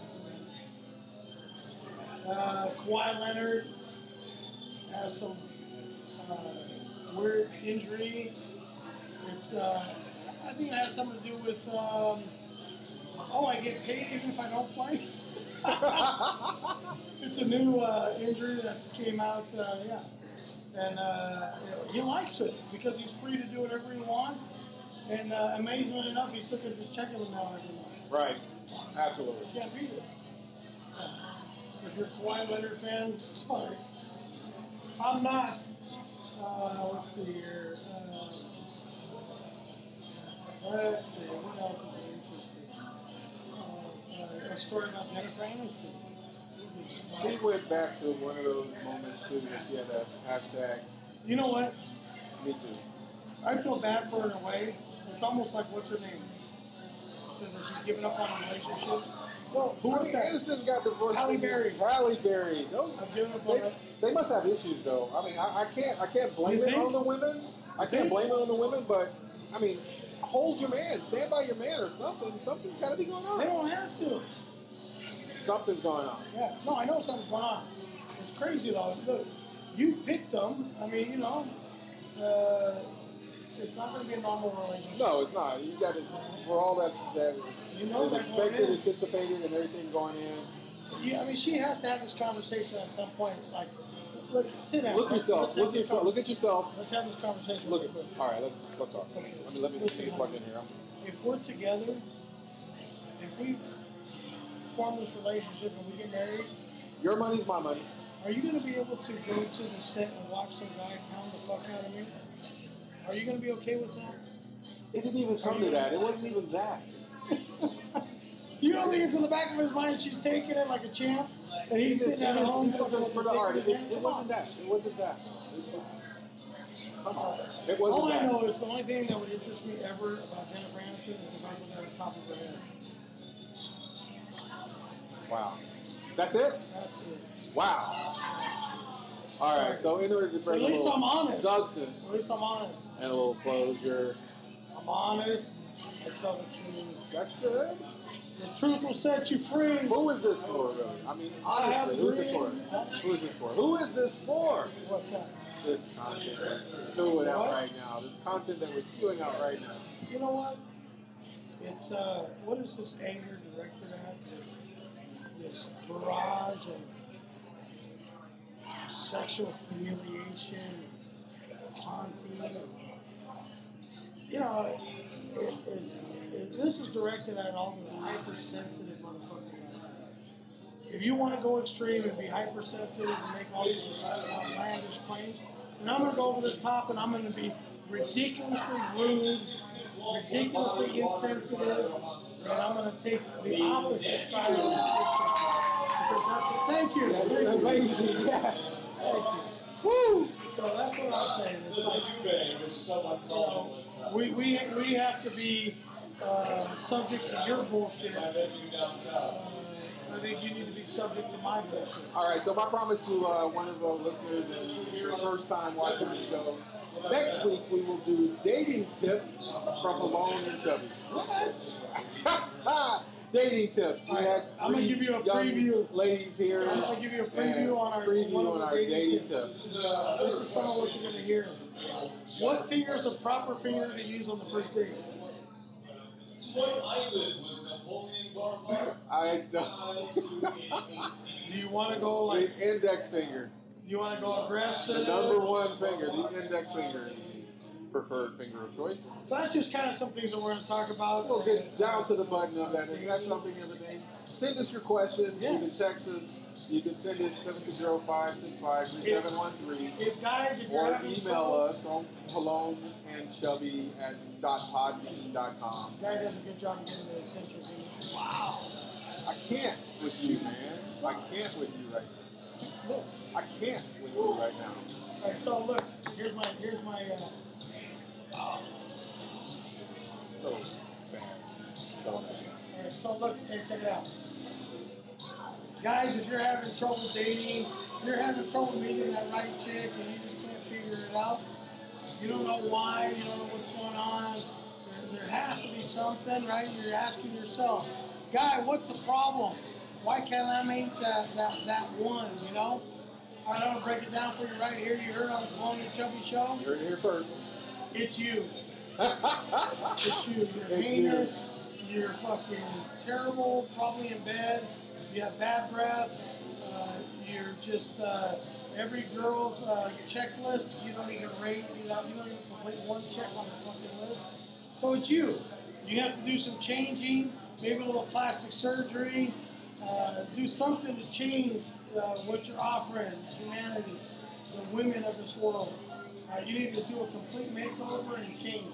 Uh, Kawhi Leonard has some uh, weird injury. It's uh, I think it has something to do with um, oh I get paid even if I don't play. It's a new uh, injury that's came out, uh, yeah, and uh, he likes it because he's free to do whatever he wants. And uh, amazingly enough, he still gets his check in the mail every month. right, absolutely. You can't beat it. If you're a Kawhi Leonard fan, sorry, I'm not. Uh, let's see here. Uh, let's see what else is interesting. Uh, uh, a story about Jennifer Aniston. She went back to one of those moments too where she had that hashtag You know what? Me Too. I feel bad for her in a way. It's almost like what's her name? So that she's giving up on relationships. Well, Who I mean, was that? Aniston got divorced. Halle Berry. Halle Berry. Those I've given up on they, it. they must have issues though. I mean, I, I can't I can't blame You it think? on the women. I can't think? blame it on the women, but I mean, hold your man, stand by your man, or something. Something's got to be going They on. don't have to. Something's going on. Yeah. No, I know something's going on. It's crazy though. Look, you picked them. I mean, you know, uh, it's not going to be a normal relationship. No, it's not. You got to for all that's that You know is that's going expected, in. anticipated, and everything going in. Yeah, I mean, she has to have this conversation at some point. Like, look, sit down. Look Let's- yourself. let's have Look this yourself. con- Look at yourself. Let's have this conversation. Look. real quick. All right. Let's let's talk. Okay. Let me let me Listen, get plugged in here. if we're together, if we form this relationship and we get married, Your money's my money. are you going to be able to go to the set and watch some guy pound the fuck out of me? Are you going to be okay with that? It didn't even come to that. It wasn't even that. You don't think it's in the back of his mind she's taking it like a champ, and he's sitting at home for, fucking with for dick in the his artist. It, hand? it Come wasn't on. that. It wasn't that. It was, come on. It wasn't All that. I know is the only thing that would interest me ever about Jennifer Aniston is if I was at the top of her head. Wow. That's it. That's it. Wow. That's it. All right. Sorry. So in order to bring At least a little I'm honest. substance At least I'm honest. and a little closure, I'm honest. I tell the truth. that's good. The truth will set you free. Who is this for, really? I mean, honestly, who is this for? Who is this for? Who is this for? What's that? This content that's spewing out right now. This content that we're spewing out right now. You know what? It's uh, what is this anger directed at? This this barrage of sexual humiliation, taunting. You know, it is. It, this is directed at all the hypersensitive motherfuckers. out there. If you want to go extreme and be hypersensitive and make all these outlandish claims, and I'm gonna go over the top and I'm gonna be ridiculously rude ridiculously insensitive, and I'm going to take the opposite side of the picture. Because that's- Thank you. That's Thank you. amazing. Yes. Thank you. Woo. So that's what I'm saying. It's like Ube, which someone called one time. we, we, we have to be uh, subject to your bullshit. I Uh, met you downtown. I think you need to be subject to my bullshit. All right, so my promise to uh, one of our listeners and if you're first time watching the show, next week we will do dating tips from Alone and Chubby. What? Ha! dating tips. All We right, had I'm gonna three give you a young preview. Ladies here. I'm gonna give you a and preview on our preview one on of our our dating dating tips. tips. This is some of what you're gonna hear. What finger is a proper finger to use on the first date? What I did was Napoleon Bonaparte. I don't. Do you want to go like? The index finger, Do you want to go aggressive? the number one finger, the index finger is the preferred finger of choice. So that's just kind of some things that we're gonna talk about. We'll get down to the button on that. If you got something in the name, send us your questions. You can text us. You can send it 760-565-3713. If guys, if you're Or having email trouble- us on cologne and chubby at dot podbean dot com. Guy does a good job of getting the essentials in. Wow. I can't with you, man. I can't with you right now. Look, I can't with you right now. All right, so look, here's my here's my. Uh, So bad. So bad. all right, so look, hey, check it out. Guys, if you're having trouble dating, if you're having trouble meeting that right chick, and you just can't figure it out, you don't know why, you don't know what's going on. There, there has to be something, right? You're asking yourself, guy, what's the problem? Why can't I meet that that that one? You know. All right, I'm gonna break it down for you right here. You heard on the Colony Chubby Show. You heard it here first. It's you. That's It's you. You're It's heinous. You're fucking terrible. Probably in bed. You have bad breath. Uh, you're just uh, every girl's uh, checklist. You don't even rate. You don't, you don't even complete one check on the fucking list. So it's you. You have to do some changing. Maybe a little plastic surgery. Uh, do something to change uh, what you're offering humanity, the women of this world. Uh, you need to do a complete makeover and change.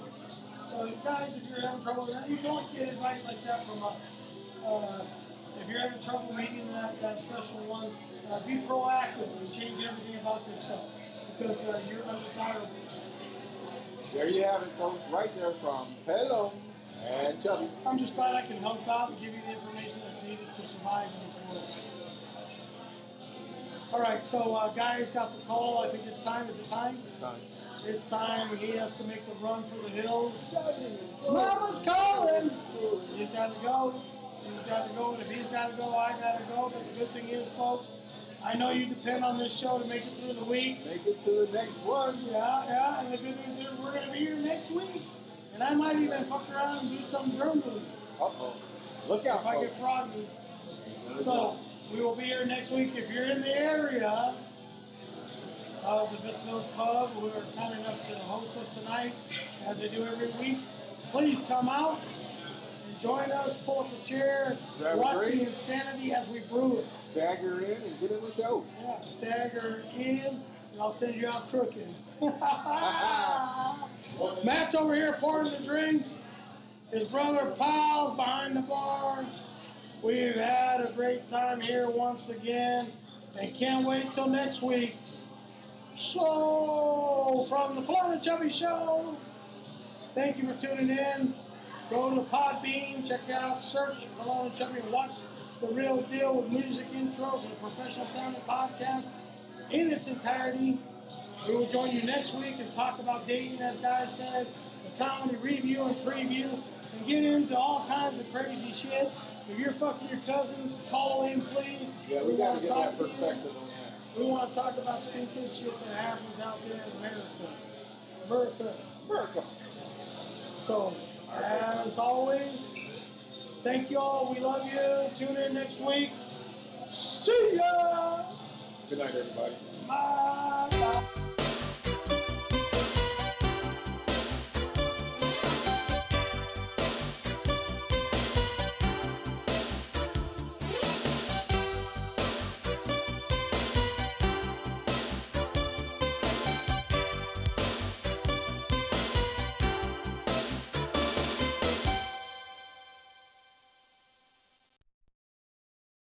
So guys, if you're having trouble with that, you don't get advice like that from us. Uh, if you're having trouble meeting that, that special one, uh, be proactive and change everything about yourself because uh, you're undesirable. There you have it, folks. Right there from Hello and Chubby. I'm just glad I can help out and give you the information that's needed to survive in this world. All right, so uh, guys got the call. I think it's time. Is it time? It's time. It's time. He has to make the run for the hills. Chubby. Mama's calling. You gotta go. You gotta go. And if he's gotta go, I gotta go. But the good thing is, folks, I know you depend on this show to make it through the week. Make it to the next one. Yeah, yeah. And the good news is, we're gonna be here next week. And I might even fuck around and do something during the week Uh-oh. Look out, if I get folks. froggy. So we will be here next week. If you're in the area of the Vista Mills Pub, we are kind enough to host us tonight, as they do every week. Please come out and join us. Pull up a chair, Grab a watch drink. the insanity as we brew it. Stagger in and get in the show. Yeah, stagger in, and I'll send you out crooked. Matt's over here pouring the drinks. His brother Pyle's behind the bar. We've had a great time here once again, and can't wait till next week. So, from the Plum and Chubby Show, thank you for tuning in. Go to Podbean, check out, search Paloma Chubby, and watch the real deal with music intros and a professional sounding podcast in its entirety. We will join you next week and talk about dating, as guys said, the comedy review and preview, and get into all kinds of crazy shit. If you're fucking your cousin, call in, please. Yeah, we want gotta to get talk that to you. perspective on that. We want to talk about stupid shit that happens out there in America. America. America. So, as always, thank you all. We love you. Tune in next week. See ya. Good night, everybody. Bye.